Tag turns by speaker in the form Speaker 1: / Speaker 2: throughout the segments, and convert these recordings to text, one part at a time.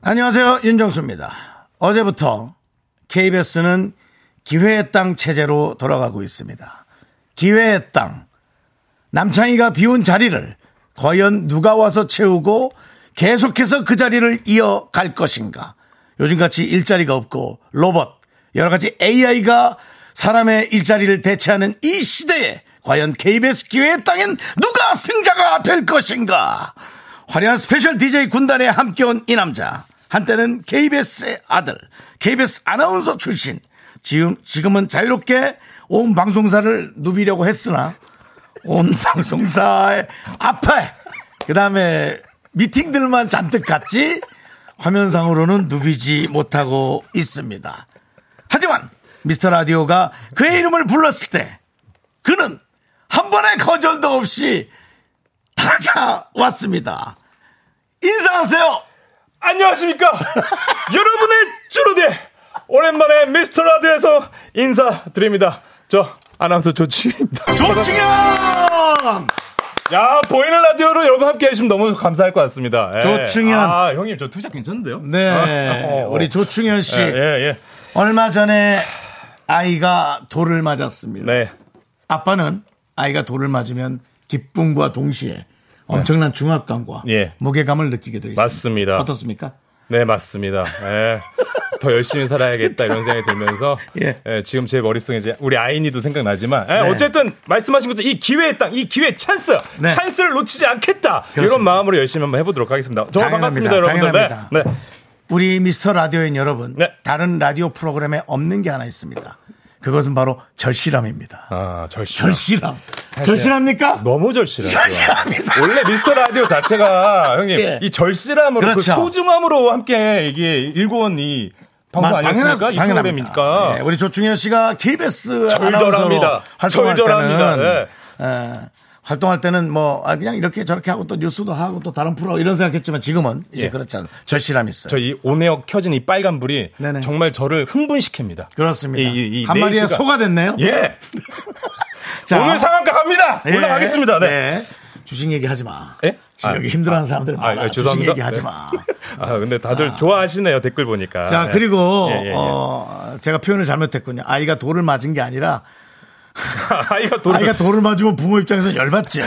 Speaker 1: 안녕하세요 윤정수입니다. 어제부터 KBS는 기회의 땅 체제로 돌아가고 있습니다. 기회의 땅 남창희가 비운 자리를 과연 누가 와서 채우고 계속해서 그 자리를 이어갈 것인가? 요즘같이 일자리가 없고 로봇 여러 가지 AI가 사람의 일자리를 대체하는 이 시대에 과연 KBS 기회의 땅엔 누가 승자가 될 것인가? 화려한 스페셜 DJ 군단에 함께 온 이 남자. 한때는 KBS의 아들, KBS 아나운서 출신. 지금, 지금은 자유롭게 온 방송사를 누비려고 했으나, 온 방송사의 앞에, 그 다음에 미팅들만 잔뜩 갔지, 화면상으로는 누비지 못하고 있습니다. 하지만, 미스터 라디오가 그의 이름을 불렀을 때, 그는 한 번의 거절도 없이 다가왔습니다. 인사하세요.
Speaker 2: 안녕하십니까 여러분의 주로대 오랜만에 미스터 라디오에서 인사드립니다 저 아나운서 조치입니다
Speaker 1: 조충현!
Speaker 2: 야 보이는 라디오로 여러분 함께 해주시면 너무 감사할 것 같습니다 예.
Speaker 1: 조충현.
Speaker 2: 아 형님 저 투잡 괜찮은데요?
Speaker 1: 네, 우리 조충현 씨.
Speaker 2: 예, 예.
Speaker 1: 얼마 전에 아이가 돌을 맞았습니다.
Speaker 2: 네.
Speaker 1: 아빠는 아이가 돌을 맞으면 기쁨과 동시에 엄청난 중압감과
Speaker 2: 네. 예.
Speaker 1: 무게감을 느끼게 돼 있습니다.
Speaker 2: 맞습니다.
Speaker 1: 어떻습니까?
Speaker 2: 네, 맞습니다. 예. 더 열심히 살아야겠다 이런 생각이 들면서
Speaker 1: 예.
Speaker 2: 예. 지금 제 머릿속에 이제 우리 아이니도 생각나지만 예,
Speaker 1: 네.
Speaker 2: 어쨌든 말씀하신 것처럼 이 기회의 땅, 이 기회의 찬스,
Speaker 1: 네.
Speaker 2: 찬스를 놓치지 않겠다
Speaker 1: 그렇습니다.
Speaker 2: 이런 마음으로 열심히 한번 해보도록 하겠습니다. 정말
Speaker 1: 당연합니다.
Speaker 2: 반갑습니다, 여러분들.
Speaker 1: 당연합니다.
Speaker 2: 네. 네.
Speaker 1: 우리 미스터 라디오인 여러분,
Speaker 2: 네.
Speaker 1: 다른 라디오 프로그램에 없는 게 하나 있습니다. 그것은 바로 절실함입니다.
Speaker 2: 아, 절실.
Speaker 1: 절실함. 절실합니까?
Speaker 2: 너무 절실해요.
Speaker 1: 절실합니다.
Speaker 2: 원래 미스터 라디오 자체가 형님
Speaker 1: 예.
Speaker 2: 이 절실함으로 그
Speaker 1: 그렇죠.
Speaker 2: 소중함으로 함께 이게 일궈온 이 방송
Speaker 1: 마-
Speaker 2: 아니었습니까? 이
Speaker 1: 당연합니다.
Speaker 2: 프로그램이니까.
Speaker 1: 네, 우리 조충현 씨가 KBS 아나운서로
Speaker 2: 절절합니다.
Speaker 1: 활동할
Speaker 2: 절절합니다.
Speaker 1: 때는
Speaker 2: 네.
Speaker 1: 어, 활동할 때는 뭐 아, 그냥 이렇게 저렇게 하고 또 뉴스도 하고 또 다른 프로 이런 생각했지만 지금은 이제
Speaker 2: 예.
Speaker 1: 그렇지 않아 절실함이 있어요.
Speaker 2: 저이 온에어 켜진 이 빨간 불이
Speaker 1: 네네.
Speaker 2: 정말 저를 흥분시킵니다.
Speaker 1: 그렇습니다.
Speaker 2: 이- 이- 이
Speaker 1: 한 마리에
Speaker 2: 네이시가-
Speaker 1: 소가 됐네요.
Speaker 2: 예.
Speaker 1: 자,
Speaker 2: 오늘 상한가 갑니다.
Speaker 1: 예.
Speaker 2: 올라가겠습니다. 네.
Speaker 1: 네. 주식 얘기하지 마.
Speaker 2: 예?
Speaker 1: 지금
Speaker 2: 아,
Speaker 1: 여기 힘들어하는 사람들 많아.
Speaker 2: 아,
Speaker 1: 주식
Speaker 2: 죄송합니다.
Speaker 1: 얘기하지
Speaker 2: 네.
Speaker 1: 마.
Speaker 2: 아 근데 다들 좋아하시네요 댓글 보니까.
Speaker 1: 자,
Speaker 2: 예.
Speaker 1: 그리고
Speaker 2: 예, 예, 예.
Speaker 1: 어, 제가 표현을 잘못했군요. 아이가 돌을 맞은 게 아니라
Speaker 2: 아이가 돌.
Speaker 1: 아이가 돌을 맞으면 부모 입장에서 열받죠.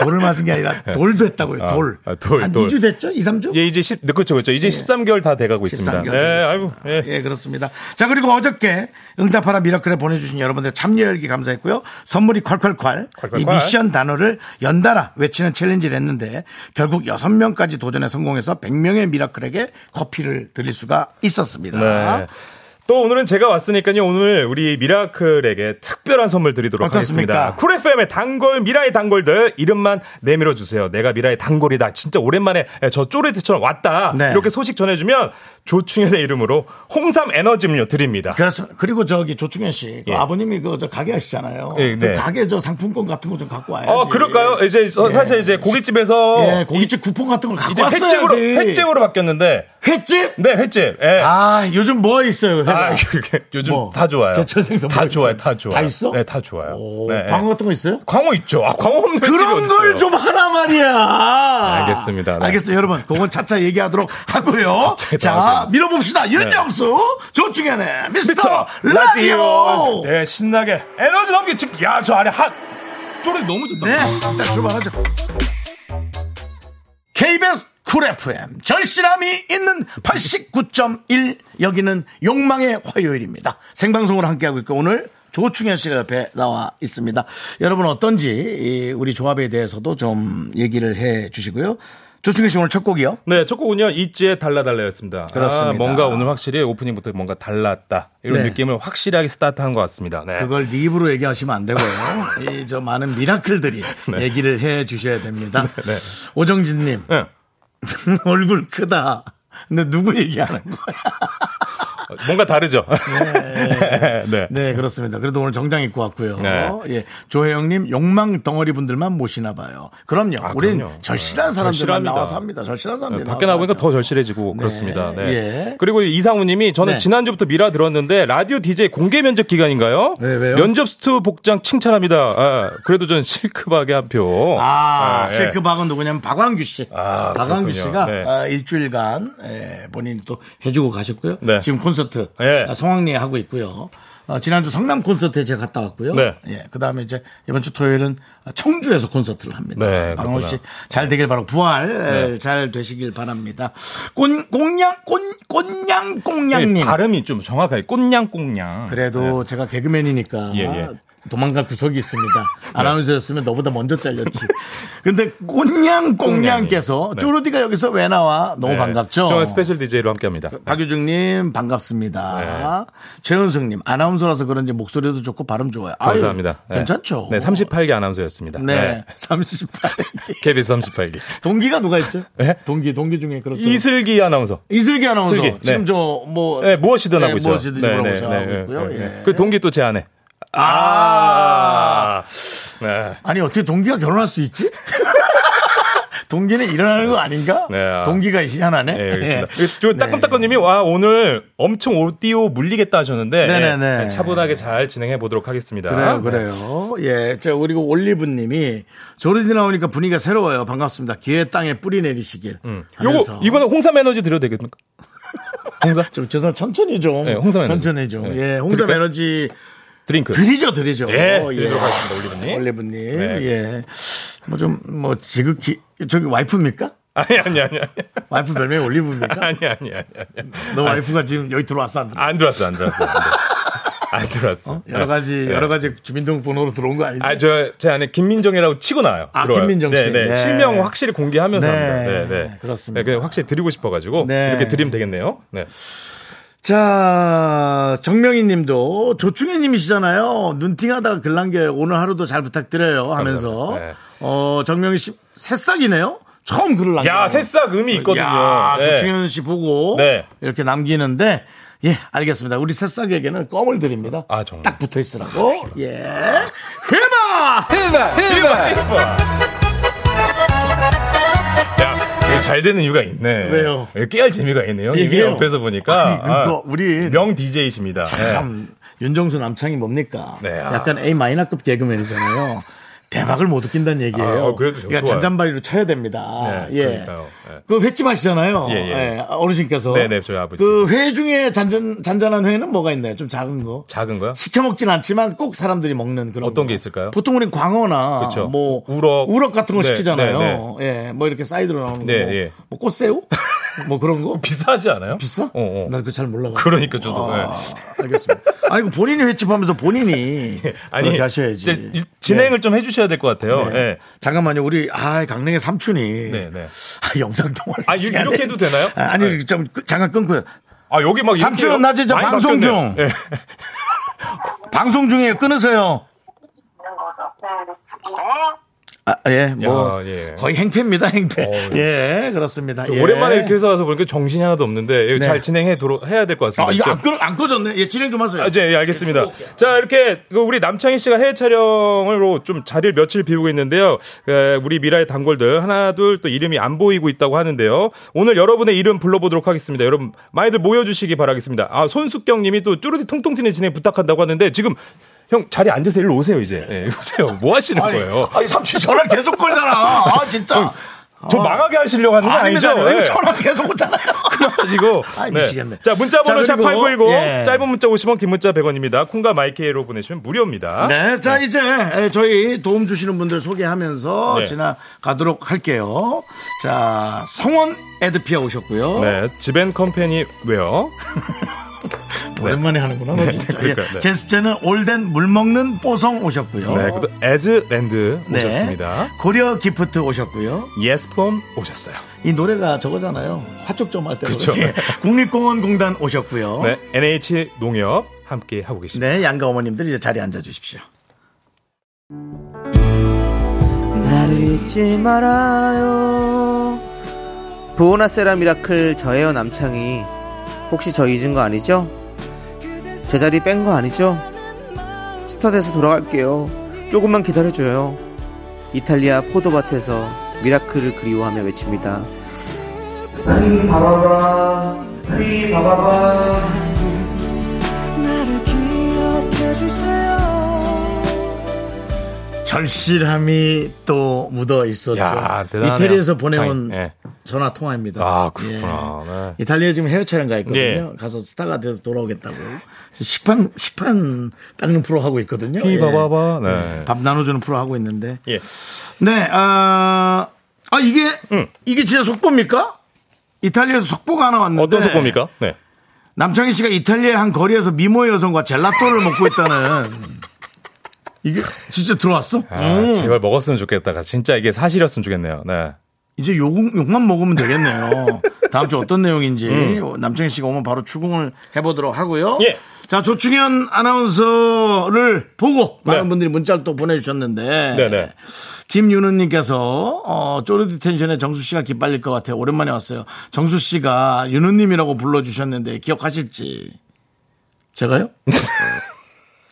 Speaker 1: 돌을 맞은 게 아니라 돌도 했다고요. 돌.
Speaker 2: 네. 아, 돌,
Speaker 1: 한
Speaker 2: 돌.
Speaker 1: 2주 됐죠? 2, 3주?
Speaker 2: 예 이제 10 네, 그렇죠 그렇죠 이제 13개월 다 돼가고 있습니다.
Speaker 1: 13개월.
Speaker 2: 예,
Speaker 1: 됐습니다.
Speaker 2: 아이고 예.
Speaker 1: 예, 그렇습니다. 자, 그리고 어저께 응답하라 미라클에 보내주신 여러분들 참여 열기 감사했고요. 선물이 콸콸콸.
Speaker 2: 콸콸콸.
Speaker 1: 이 미션 단어를 연달아 외치는 챌린지를 했는데 결국 6명까지 도전에 성공해서 100명의 미라클에게 커피를 드릴 수가 있었습니다.
Speaker 2: 네. 또 오늘은 제가 왔으니까요. 오늘 우리 미라클에게 특별한 선물 드리도록
Speaker 1: 어떻습니까?
Speaker 2: 하겠습니다. 쿨 FM의 단골 미라의 단골들 이름만 내밀어 주세요. 내가 미라의 단골이다. 진짜 오랜만에 예, 저 쪼레트처럼 왔다.
Speaker 1: 네.
Speaker 2: 이렇게 소식 전해주면 조충현의 이름으로 홍삼 에너지 음료 드립니다.
Speaker 1: 그렇습니다. 그리고 저기 조충현 씨, 그
Speaker 2: 예.
Speaker 1: 아버님이 그 저 가게 하시잖아요.
Speaker 2: 예, 네.
Speaker 1: 그 가게 저 상품권 같은 거 좀 갖고 와야지.
Speaker 2: 어 그럴까요? 이제 서- 사실 이제 고깃집에서
Speaker 1: 예, 고깃집 쿠폰 같은 걸 갖고
Speaker 2: 어. 이제
Speaker 1: 왔어야지.
Speaker 2: 횟집으로 횟집으로 바뀌었는데
Speaker 1: 횟집?
Speaker 2: 네 횟집. 예.
Speaker 1: 아, 요즘 뭐 있어요? 회가?
Speaker 2: 아, 그게 요즘
Speaker 1: 뭐?
Speaker 2: 다 좋아요.
Speaker 1: 제철 생선
Speaker 2: 다
Speaker 1: 뭐
Speaker 2: 좋아요,
Speaker 1: 있어요?
Speaker 2: 다 좋아요.
Speaker 1: 다 있어?
Speaker 2: 네, 다 좋아요.
Speaker 1: 오,
Speaker 2: 네, 네.
Speaker 1: 광고 같은 거 있어요?
Speaker 2: 광어 있죠. 아, 광어 없는
Speaker 1: 그런
Speaker 2: 집이
Speaker 1: 걸
Speaker 2: 어딨어요.
Speaker 1: 좀 하라 말이야.
Speaker 2: 알겠습니다. 네. 아,
Speaker 1: 알겠어요, 여러분. 그건 차차 얘기하도록 하고요.
Speaker 2: 갑자기
Speaker 1: 자,
Speaker 2: 나와서.
Speaker 1: 밀어봅시다. 윤정수
Speaker 2: 네.
Speaker 1: 조충현의 미스터, 라디오.
Speaker 2: 라디오. 네, 신나게 에너지 넘게 직. 야, 저 안에 핫. 쪼리 너무 좋다.
Speaker 1: 네, 일단 출발하죠. KBS 쿨 FM 절실함이 있는 89.1 여기는 욕망의 화요일입니다. 생방송으로 함께하고 있고 오늘 조충현 씨가 옆에 나와 있습니다. 여러분 어떤지 이 우리 조합에 대해서도 좀 얘기를 해 주시고요. 조충현 씨 오늘 첫 곡이요?
Speaker 2: 네, 첫 곡은요, 이지의 달라달라였습니다.
Speaker 1: 그렇습니다.
Speaker 2: 아, 뭔가 오늘 확실히 오프닝부터 뭔가 달랐다. 이런
Speaker 1: 네.
Speaker 2: 느낌을 확실하게 스타트한 것 같습니다. 네.
Speaker 1: 그걸 네 입으로 얘기하시면 안 되고요. 이 저 많은 미라클들이
Speaker 2: 네.
Speaker 1: 얘기를 해 주셔야 됩니다. 오정진님
Speaker 2: 네.
Speaker 1: 얼굴 크다. 근데 누구 얘기하는 거야?
Speaker 2: 뭔가 다르죠. 네.
Speaker 1: 네, 그렇습니다. 그래도 오늘 정장 입고 왔고요.
Speaker 2: 네.
Speaker 1: 예. 조혜영님, 욕망 덩어리 분들만 모시나 봐요. 그럼요. 우린
Speaker 2: 아, 그럼요. 네,
Speaker 1: 절실한 사람들만
Speaker 2: 절실합니다. 네,
Speaker 1: 나와서 합니다. 절실한 사람들.
Speaker 2: 밖에 나오니까 더 절실해지고 그렇습니다. 네.
Speaker 1: 네, 예.
Speaker 2: 그리고 이상우님이 저는
Speaker 1: 네.
Speaker 2: 지난주부터 미라 들었는데 라디오 DJ 공개 면접 기간인가요?
Speaker 1: 네, 왜요?
Speaker 2: 면접 스튜 복장 칭찬합니다. 아, 그래도 전 실크박의 한 표.
Speaker 1: 아,
Speaker 2: 아, 예.
Speaker 1: 실크박은 누구냐면 박광규 씨.
Speaker 2: 아, 그렇군요.
Speaker 1: 박광규 씨가
Speaker 2: 네.
Speaker 1: 아, 일주일간 예, 본인이 또 해주고 가셨고요.
Speaker 2: 네.
Speaker 1: 지금 콘서트
Speaker 2: 예.
Speaker 1: 아, 성황리에 하고 있고요. 어, 지난주 성남 콘서트에 제가 갔다 왔고요.
Speaker 2: 네.
Speaker 1: 예, 그 다음에 이제 이번 주 토요일은 청주에서 콘서트를 합니다.
Speaker 2: 네,
Speaker 1: 박광규
Speaker 2: 그렇구나. 네.
Speaker 1: 씨잘 되길 바라고 부활 예, 잘 되시길 바랍니다. 꼰, 꽁냥, 꼰, 꼰냥,
Speaker 2: 네,
Speaker 1: 꽁냥님.
Speaker 2: 발음이 좀 정확하게 꽁냥꽁냥. 네.
Speaker 1: 그래도 제가 개그맨이니까
Speaker 2: 예, 네. 예.
Speaker 1: 도망갈 구석이 있습니다. 아나운서였으면 너보다 먼저 잘렸지. 근데 꼰냥 꽁냥께서
Speaker 2: 네.
Speaker 1: 쪼르디가 여기서 왜 나와? 너무
Speaker 2: 네.
Speaker 1: 반갑죠.
Speaker 2: 저는 스페셜 DJ로 함께합니다.
Speaker 1: 박유중님 반갑습니다.
Speaker 2: 네.
Speaker 1: 최은승님 아나운서라서 그런지 목소리도 좋고 발음 좋아요. 아유,
Speaker 2: 감사합니다. 네.
Speaker 1: 괜찮죠.
Speaker 2: 네, 38기 아나운서였습니다.
Speaker 1: 네,
Speaker 2: 네.
Speaker 1: 38기.
Speaker 2: KBS 38기.
Speaker 1: 동기가 누가 있죠?
Speaker 2: 네?
Speaker 1: 동기 동기 중에 그렇죠.
Speaker 2: 이슬기 아나운서.
Speaker 1: 이슬기 아나운서
Speaker 2: 슬기, 네.
Speaker 1: 지금 저 뭐
Speaker 2: 네, 무엇이든 하고 있죠.
Speaker 1: 무엇이든
Speaker 2: 네,
Speaker 1: 뭐라고
Speaker 2: 네,
Speaker 1: 해서
Speaker 2: 네,
Speaker 1: 하고
Speaker 2: 네,
Speaker 1: 있고요.
Speaker 2: 네, 네.
Speaker 1: 예.
Speaker 2: 그 동기 또 제 아내.
Speaker 1: 아.
Speaker 2: 네.
Speaker 1: 아니 어떻게 동기가 결혼할 수 있지? 동기는 일어나는 거 아닌가?
Speaker 2: 네, 아.
Speaker 1: 동기가 희한하네.
Speaker 2: 네, 알겠습니다.
Speaker 1: 예.
Speaker 2: 저 따끔따끔님이 와 오늘 엄청 오디오 물리겠다 하셨는데
Speaker 1: 네네네.
Speaker 2: 예, 차분하게 잘 진행해 보도록 하겠습니다. 네.
Speaker 1: 그래요, 그래요. 예, 자 그리고 올리브님이 조르디 나오니까 분위기가 새로워요. 반갑습니다. 기회 땅에 뿌리 내리시길. 하면서.
Speaker 2: 음. 요거 이거는 홍삼 에너지 드려도 되겠습니까? 홍삼
Speaker 1: 좀 죄송 천천히 좀.
Speaker 2: 네, 홍삼 에너지.
Speaker 1: 천천히 좀.
Speaker 2: 네.
Speaker 1: 예, 홍삼
Speaker 2: 드릴까요?
Speaker 1: 에너지
Speaker 2: 드링크.
Speaker 1: 드리죠, 드리죠.
Speaker 2: 예,
Speaker 1: 어,
Speaker 2: 드리도록 하겠습니다, 올리브님.
Speaker 1: 올리브님,
Speaker 2: 네.
Speaker 1: 예. 뭐 좀 뭐 지극히 저기 와이프입니까?
Speaker 2: 아니 아니 아니 아니
Speaker 1: 와이프 별명이 올리브입니까?
Speaker 2: 아니 아니 아니 아니.
Speaker 1: 너 와이프가 지금 여기 들어왔어 안 들어왔어?
Speaker 2: 안 들어왔어 안 들어왔어 안 들어왔어. 안 들어왔어.
Speaker 1: 여러 가지 여러 가지 주민등록번호로 들어온 거 아니지?
Speaker 2: 네. 아저제 안에 김민정이라고 치고 나요.
Speaker 1: 아, 김민정 씨.
Speaker 2: 네,
Speaker 1: 네.
Speaker 2: 네. 실명 확실히 공개하면서
Speaker 1: 네.
Speaker 2: 합니다. 네, 네.
Speaker 1: 그렇습니다.
Speaker 2: 네, 그냥 확실히 드리고 싶어가지고
Speaker 1: 네.
Speaker 2: 이렇게 드리면 되겠네요. 네.
Speaker 1: 자, 정명희 님도 조충희 님이시잖아요. 눈팅하다가 글 남겨요. 오늘 하루도 잘 부탁드려요 하면서.
Speaker 2: 감사합니다. 네.
Speaker 1: 어, 정명희 씨 새싹이네요. 처음 글을 남겨요.
Speaker 2: 야 새싹 의미 있거든요.
Speaker 1: 아. 야,
Speaker 2: 네.
Speaker 1: 조충현 씨 보고
Speaker 2: 네.
Speaker 1: 이렇게 남기는데 예, 알겠습니다. 우리 새싹에게는 껌을 드립니다.
Speaker 2: 아, 정말.
Speaker 1: 딱 붙어 있으라고. 예. 해봐!
Speaker 2: 네. 야, 이거 잘 되는 이유가 있네.
Speaker 1: 왜요?
Speaker 2: 이거 깨알 재미가 있네요. 이게
Speaker 1: 이게요.
Speaker 2: 옆에서 보니까.
Speaker 1: 아니, 그거 우리-
Speaker 2: 명 DJ이십니다.
Speaker 1: 참 네. 윤정수 남창이 뭡니까?
Speaker 2: 네, 아.
Speaker 1: 약간 A 마이너급 개그맨이잖아요. 대박을 못 웃긴다는 얘기예요.
Speaker 2: 아, 어, 그래도 좀
Speaker 1: 그러니까
Speaker 2: 좋아요.
Speaker 1: 잔잔바리로 쳐야 됩니다.
Speaker 2: 네,
Speaker 1: 예.
Speaker 2: 그러니까요. 예.
Speaker 1: 그 횟집 하시잖아요.
Speaker 2: 예, 예.
Speaker 1: 예, 어르신께서.
Speaker 2: 네, 네, 저희 아버지.
Speaker 1: 그 회 중에 잔잔 잔잔한 회는 뭐가 있나요? 좀 작은 거.
Speaker 2: 작은 거요?
Speaker 1: 시켜 먹진 않지만 꼭 사람들이 먹는 그런
Speaker 2: 어떤
Speaker 1: 거.
Speaker 2: 게 있을까요?
Speaker 1: 보통 우린 광어나
Speaker 2: 그쵸.
Speaker 1: 뭐
Speaker 2: 우럭.
Speaker 1: 같은 걸
Speaker 2: 네,
Speaker 1: 시키잖아요.
Speaker 2: 네,
Speaker 1: 예, 뭐 이렇게 사이드로 나오는
Speaker 2: 네,
Speaker 1: 거,
Speaker 2: 예.
Speaker 1: 뭐 꽃새우, 뭐 그런 거.
Speaker 2: 비싸지 않아요?
Speaker 1: 비싸?
Speaker 2: 어, 어.
Speaker 1: 난 그거 잘 몰라가지고.
Speaker 2: 그러니까 저도.
Speaker 1: 아,
Speaker 2: 네.
Speaker 1: 알겠습니다. 아니, 그 본인이 횟집하면서 본인이 그렇게 하셔야지.
Speaker 2: 이제 일- 진행을 좀 해주셔야 될 것 같아요.
Speaker 1: 네.
Speaker 2: 예.
Speaker 1: 잠깐만요. 우리 아 강릉의 삼촌이
Speaker 2: 네, 네.
Speaker 1: 아, 영상 통화.
Speaker 2: 아, 이렇게 해도 되나요? 네.
Speaker 1: 아, 니 좀, 끄- 잠깐 끊고요.
Speaker 2: 아 여기 막
Speaker 1: 삼촌,
Speaker 2: 이렇게요?
Speaker 1: 나 진짜
Speaker 2: 많이
Speaker 1: 방송
Speaker 2: 바뀌었네요.
Speaker 1: 중.
Speaker 2: 예.
Speaker 1: 방송 중이에요. 끊으세요. 아, 예, 뭐,
Speaker 2: 야, 예.
Speaker 1: 거의 행패입니다, 행패.
Speaker 2: 어,
Speaker 1: 예, 그렇습니다. 예.
Speaker 2: 오랜만에 이렇게 해서 와서 보니까 정신이 하나도 없는데 이거
Speaker 1: 네.
Speaker 2: 잘 진행해 도록 해야 될 것
Speaker 1: 아, 이거
Speaker 2: 같습니다.
Speaker 1: 안, 끊, 안 꺼졌네. 예, 진행 좀 하세요.
Speaker 2: 아, 네, 예, 알겠습니다. 자, 이렇게 그 우리 남창희 씨가 해외 촬영으로 좀 자리를 며칠 비우고 있는데요. 에, 우리 미라의 단골들 하나 둘 또 이름이 안 보이고 있다고 하는데요. 오늘 여러분의 이름 불러보도록 하겠습니다. 여러분 많이들 모여주시기 바라겠습니다. 아, 손숙경님이 또 쭈르디 통통 튀는 진행 부탁한다고 하는데 지금 형 자리 앉으세요. 일로 오세요 이제. 예, 오세요. 뭐 하시는
Speaker 1: 아니,
Speaker 2: 거예요?
Speaker 1: 아니, 삼촌 전화 계속 걸잖아. 아, 진짜.
Speaker 2: 저 망하게 하시려고 하는 거
Speaker 1: 아. 아닙니다.
Speaker 2: 아니죠?
Speaker 1: 왜
Speaker 2: 예.
Speaker 1: 전화 계속 오잖아요.
Speaker 2: 가지고
Speaker 1: 아이, 미치겠네.
Speaker 2: 자 문자 번호
Speaker 1: 자, 그리고,
Speaker 2: 샵8910
Speaker 1: 예.
Speaker 2: 짧은 문자 50원 긴 문자 100원입니다. 콩과 마이케이로 보내시면 무료입니다.
Speaker 1: 네, 자 이제 에, 저희 도움 주시는 분들 소개하면서
Speaker 2: 네.
Speaker 1: 지나가도록 할게요. 자 성원 에드피아 오셨고요.
Speaker 2: 네, 지벤 컴퍼니 웨어.
Speaker 1: 오랜만에 하는구나, 너 진짜.
Speaker 2: 그러니까,
Speaker 1: 예,
Speaker 2: 네.
Speaker 1: 제습제는 올덴 물 먹는 뽀송 오셨고요. 네.
Speaker 2: 네, 그도 에즈랜드 오셨습니다.
Speaker 1: 고려 기프트 오셨고요.
Speaker 2: 예스폼 오셨어요.
Speaker 1: 이 노래가 저거잖아요. 화촉점 할 때.
Speaker 2: 그쵸.
Speaker 1: 국립공원공단 오셨고요.
Speaker 2: 네, NH 농협 함께 하고 계십니다.
Speaker 1: 네, 양가 어머님들 이제 자리에 앉아 주십시오.
Speaker 3: 나를 잊지 말아요 부오나 세라 미라클 저예요 남창희 혹시 저 잊은 거 아니죠? 제자리 뺀 거 아니죠? 스타 돼서 돌아갈게요 조금만 기다려줘요 이탈리아 포도밭에서 미라클을 그리워하며 외칩니다 휘 바바바 휘 바바바
Speaker 4: 나를 기억해주세요
Speaker 1: 절실함이 또 묻어 있었죠.
Speaker 2: 야, 대단하네요.
Speaker 1: 이태리에서 보내온
Speaker 2: 예.
Speaker 1: 전화 통화입니다. 예.
Speaker 2: 아, 그렇구나. 네.
Speaker 1: 이탈리아 지금 해외 촬영 가 있거든요.
Speaker 2: 예.
Speaker 1: 가서 스타가 돼서 돌아오겠다고. 식판 식판 닦는 프로 하고 있거든요. 예.
Speaker 2: 휘바바바, 네.
Speaker 1: 밥 나눠주는 프로 하고 있는데.
Speaker 2: 예.
Speaker 1: 네, 아, 아 이게 이게 진짜 속보입니까? 이탈리아에서 속보가 하나 왔는데
Speaker 2: 어떤 속보입니까? 네.
Speaker 1: 남창희 씨가 이탈리아의 한 거리에서 미모의 여성과 젤라또를 먹고 있다는 이게 진짜 들어왔어?
Speaker 2: 아,
Speaker 1: 음.
Speaker 2: 제발 먹었으면 좋겠다. 진짜 이게 사실이었으면 좋겠네요. 네.
Speaker 1: 이제 욕, 욕만 먹으면 되겠네요. 다음 주 어떤 내용인지 남창희 씨가 오면 바로 추궁을 해보도록 하고요.
Speaker 2: 음. 예.
Speaker 1: 자 조충현 아나운서를 보고 많은
Speaker 2: 네.
Speaker 1: 분들이 문자를 또 보내주셨는데
Speaker 2: 네네.
Speaker 1: 김윤우님께서 어, 쪼르디 텐션에 정수 씨가 기빨릴 것 같아요. 오랜만에 왔어요. 정수 씨가 윤우님이라고 불러주셨는데 기억하실지 제가요?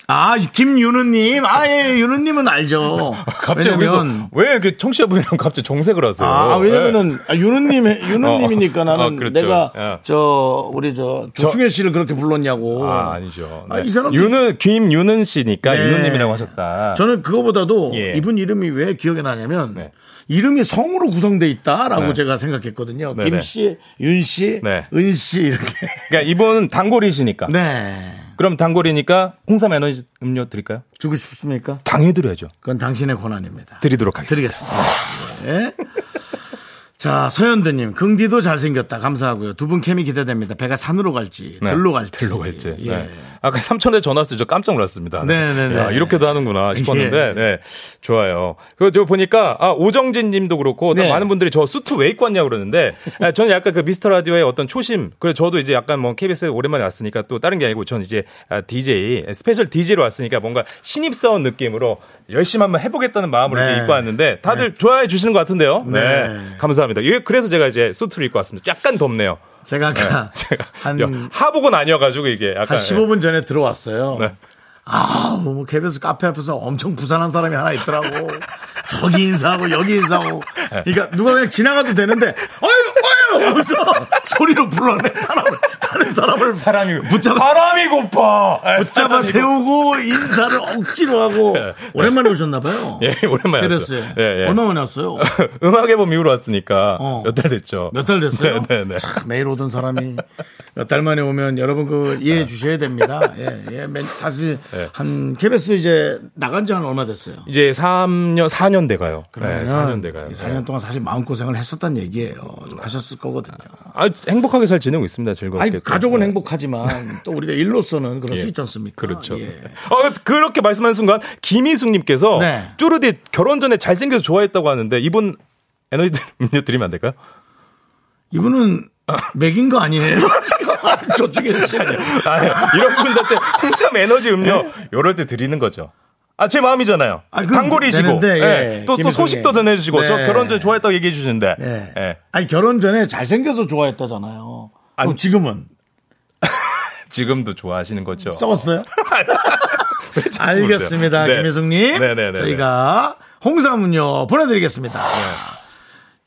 Speaker 1: 아 김윤우님 아예 윤우님은 알죠.
Speaker 2: 갑자기
Speaker 1: 왜냐면
Speaker 2: 여기서 왜 이렇게 청취자분이랑 갑자기 정색을 하세요? 네.
Speaker 1: 아, 아, 왜냐면은 아, 윤우님 윤우님이니까
Speaker 2: 예. 어,
Speaker 1: 나는
Speaker 2: 어, 그렇죠.
Speaker 1: 내가
Speaker 2: 예.
Speaker 1: 저 우리 저 조충현 씨를 그렇게 불렀냐고.
Speaker 2: 아, 아니죠.
Speaker 1: 아, 이 사람
Speaker 2: 윤은 김윤은 씨니까
Speaker 1: 네.
Speaker 2: 윤은님이라고 하셨다.
Speaker 1: 저는 그거보다도
Speaker 2: 예.
Speaker 1: 이분 이름이 왜 기억이 나냐면
Speaker 2: 네.
Speaker 1: 이름이 성으로 구성돼 있다라고
Speaker 2: 네.
Speaker 1: 제가 생각했거든요.
Speaker 2: 네네.
Speaker 1: 김씨, 윤씨,
Speaker 2: 네.
Speaker 1: 은씨 이렇게.
Speaker 2: 그러니까 이분 단골이시니까.
Speaker 1: 네.
Speaker 2: 그럼 단골이니까 홍삼 에너지 음료 드릴까요?
Speaker 1: 주고 싶습니까?
Speaker 2: 당해드려야죠.
Speaker 1: 그건 당신의 권한입니다.
Speaker 2: 드리도록 하겠습니다.
Speaker 1: 드리겠습니다. 네. 자, 서현드님, 긍디도 잘생겼다. 감사하고요. 두 분 케미 기대됩니다. 배가 산으로 갈지,
Speaker 2: 네.
Speaker 1: 들로 갈지.
Speaker 2: 들로 갈지.
Speaker 1: 예.
Speaker 2: 네. 아까 삼촌에 전화 왔을 때 저 깜짝 놀랐습니다.
Speaker 1: 네네네.
Speaker 2: 야, 이렇게도 하는구나 싶었는데,
Speaker 1: 예.
Speaker 2: 네. 좋아요. 그리고 저 보니까, 아, 오정진 님도 그렇고,
Speaker 1: 네.
Speaker 2: 많은 분들이 저 수트 왜 입고 왔냐고 그러는데, 아, 저는 약간 그 미스터 라디오의 어떤 초심, 그래서 저도 이제 약간 뭐 KBS에 오랜만에 왔으니까 또 다른 게 아니고, 저는 이제 아, DJ, 스페셜 DJ로 왔으니까 뭔가 신입사원 느낌으로 열심히 한번 해보겠다는 마음으로
Speaker 1: 네.
Speaker 2: 이렇게 입고 왔는데, 다들 좋아해 주시는 것 같은데요. 네.
Speaker 1: 네.
Speaker 2: 감사합니다. 예, 그래서 제가 이제 수트를 입고 왔습니다. 약간 덥네요.
Speaker 1: 제가 아까
Speaker 2: 제가
Speaker 1: 한,
Speaker 2: 야, 하복은 아니어가지고 이게 약간
Speaker 1: 한 15분 전에 들어왔어요.
Speaker 2: 네.
Speaker 1: 아우, 뭐, KBS 카페 앞에서 엄청 부산한 사람이 하나 있더라고. 저기 인사하고, 여기 인사하고. 그러니까 누가 그냥 지나가도 되는데, 어휴, 어휴! 하면서 소리로 불러내 사람을, 다른 사람을.
Speaker 2: 사람이
Speaker 1: 붙잡아,
Speaker 2: 사람이 고파. 아,
Speaker 1: 붙잡아
Speaker 2: 예. 사람이
Speaker 1: 세우고, 인사를 억지로 하고. 오랜만에 오셨나봐요.
Speaker 2: 예, 오랜만에
Speaker 1: KBS
Speaker 2: 왔어요. 예, 예.
Speaker 1: 얼마 만에 왔어요?
Speaker 2: 고파. 음악 앨범 이후로 왔으니까
Speaker 1: 어.
Speaker 2: 몇 달 됐죠.
Speaker 1: 몇 달 됐어요?
Speaker 2: 네, 네, 네.
Speaker 1: 참, 매일 오던 사람이 몇 달 만에 오면 여러분 그 이해해 주셔야 됩니다. 예, 예. 맨- 사실 한 KBS 이제 나간 지 한 얼마 됐어요.
Speaker 2: 이제 3년 4년 돼가요. 네, 4년 돼가요.
Speaker 1: 이 4년 동안 사실 마음고생을 했었단 얘기예요. 좀 하셨을 거거든요.
Speaker 2: 아, 행복하게 잘 지내고 있습니다. 즐겁게.
Speaker 1: 아니,
Speaker 2: 또. 네,
Speaker 1: 가족은 행복하지만 또 우리가 일로서는 그럴 수 있지 않습니까?
Speaker 2: 예. 그렇죠.
Speaker 1: 예.
Speaker 2: 어, 그렇게 말씀하는 순간 김희숙님께서
Speaker 1: 네.
Speaker 2: 쪼르디 결혼 전에 잘생겨서 좋아했다고 하는데 이분 에너지 드- 음료 드리면 안 될까요?
Speaker 1: 이분은 맥인 거 아니에요? 저쪽에 아니요.
Speaker 2: 아, 이런 분들한테 홍삼 에너지 음료 요럴 때 드리는 거죠. 아, 제 마음이잖아요.
Speaker 1: 예. 아니, 그건
Speaker 2: 단골이시고.
Speaker 1: 되는데,
Speaker 2: 예.
Speaker 1: 예.
Speaker 2: 또, 또
Speaker 1: 김희숙이.
Speaker 2: 소식도 전해주시고. 저
Speaker 1: 네.
Speaker 2: 결혼 전에 좋아했다고 얘기해 주시는데.
Speaker 1: 예.
Speaker 2: 예.
Speaker 1: 아니 결혼 전에 잘생겨서 좋아했다잖아요. 그럼
Speaker 2: 아니,
Speaker 1: 지금은
Speaker 2: 지금도 좋아하시는 거죠.
Speaker 1: 썩었어요?
Speaker 2: 왜 자꾸 그러세요?
Speaker 1: 알겠습니다,
Speaker 2: 네.
Speaker 1: 김혜숙님.
Speaker 2: 네네네.
Speaker 1: 저희가 홍삼은요 보내드리겠습니다.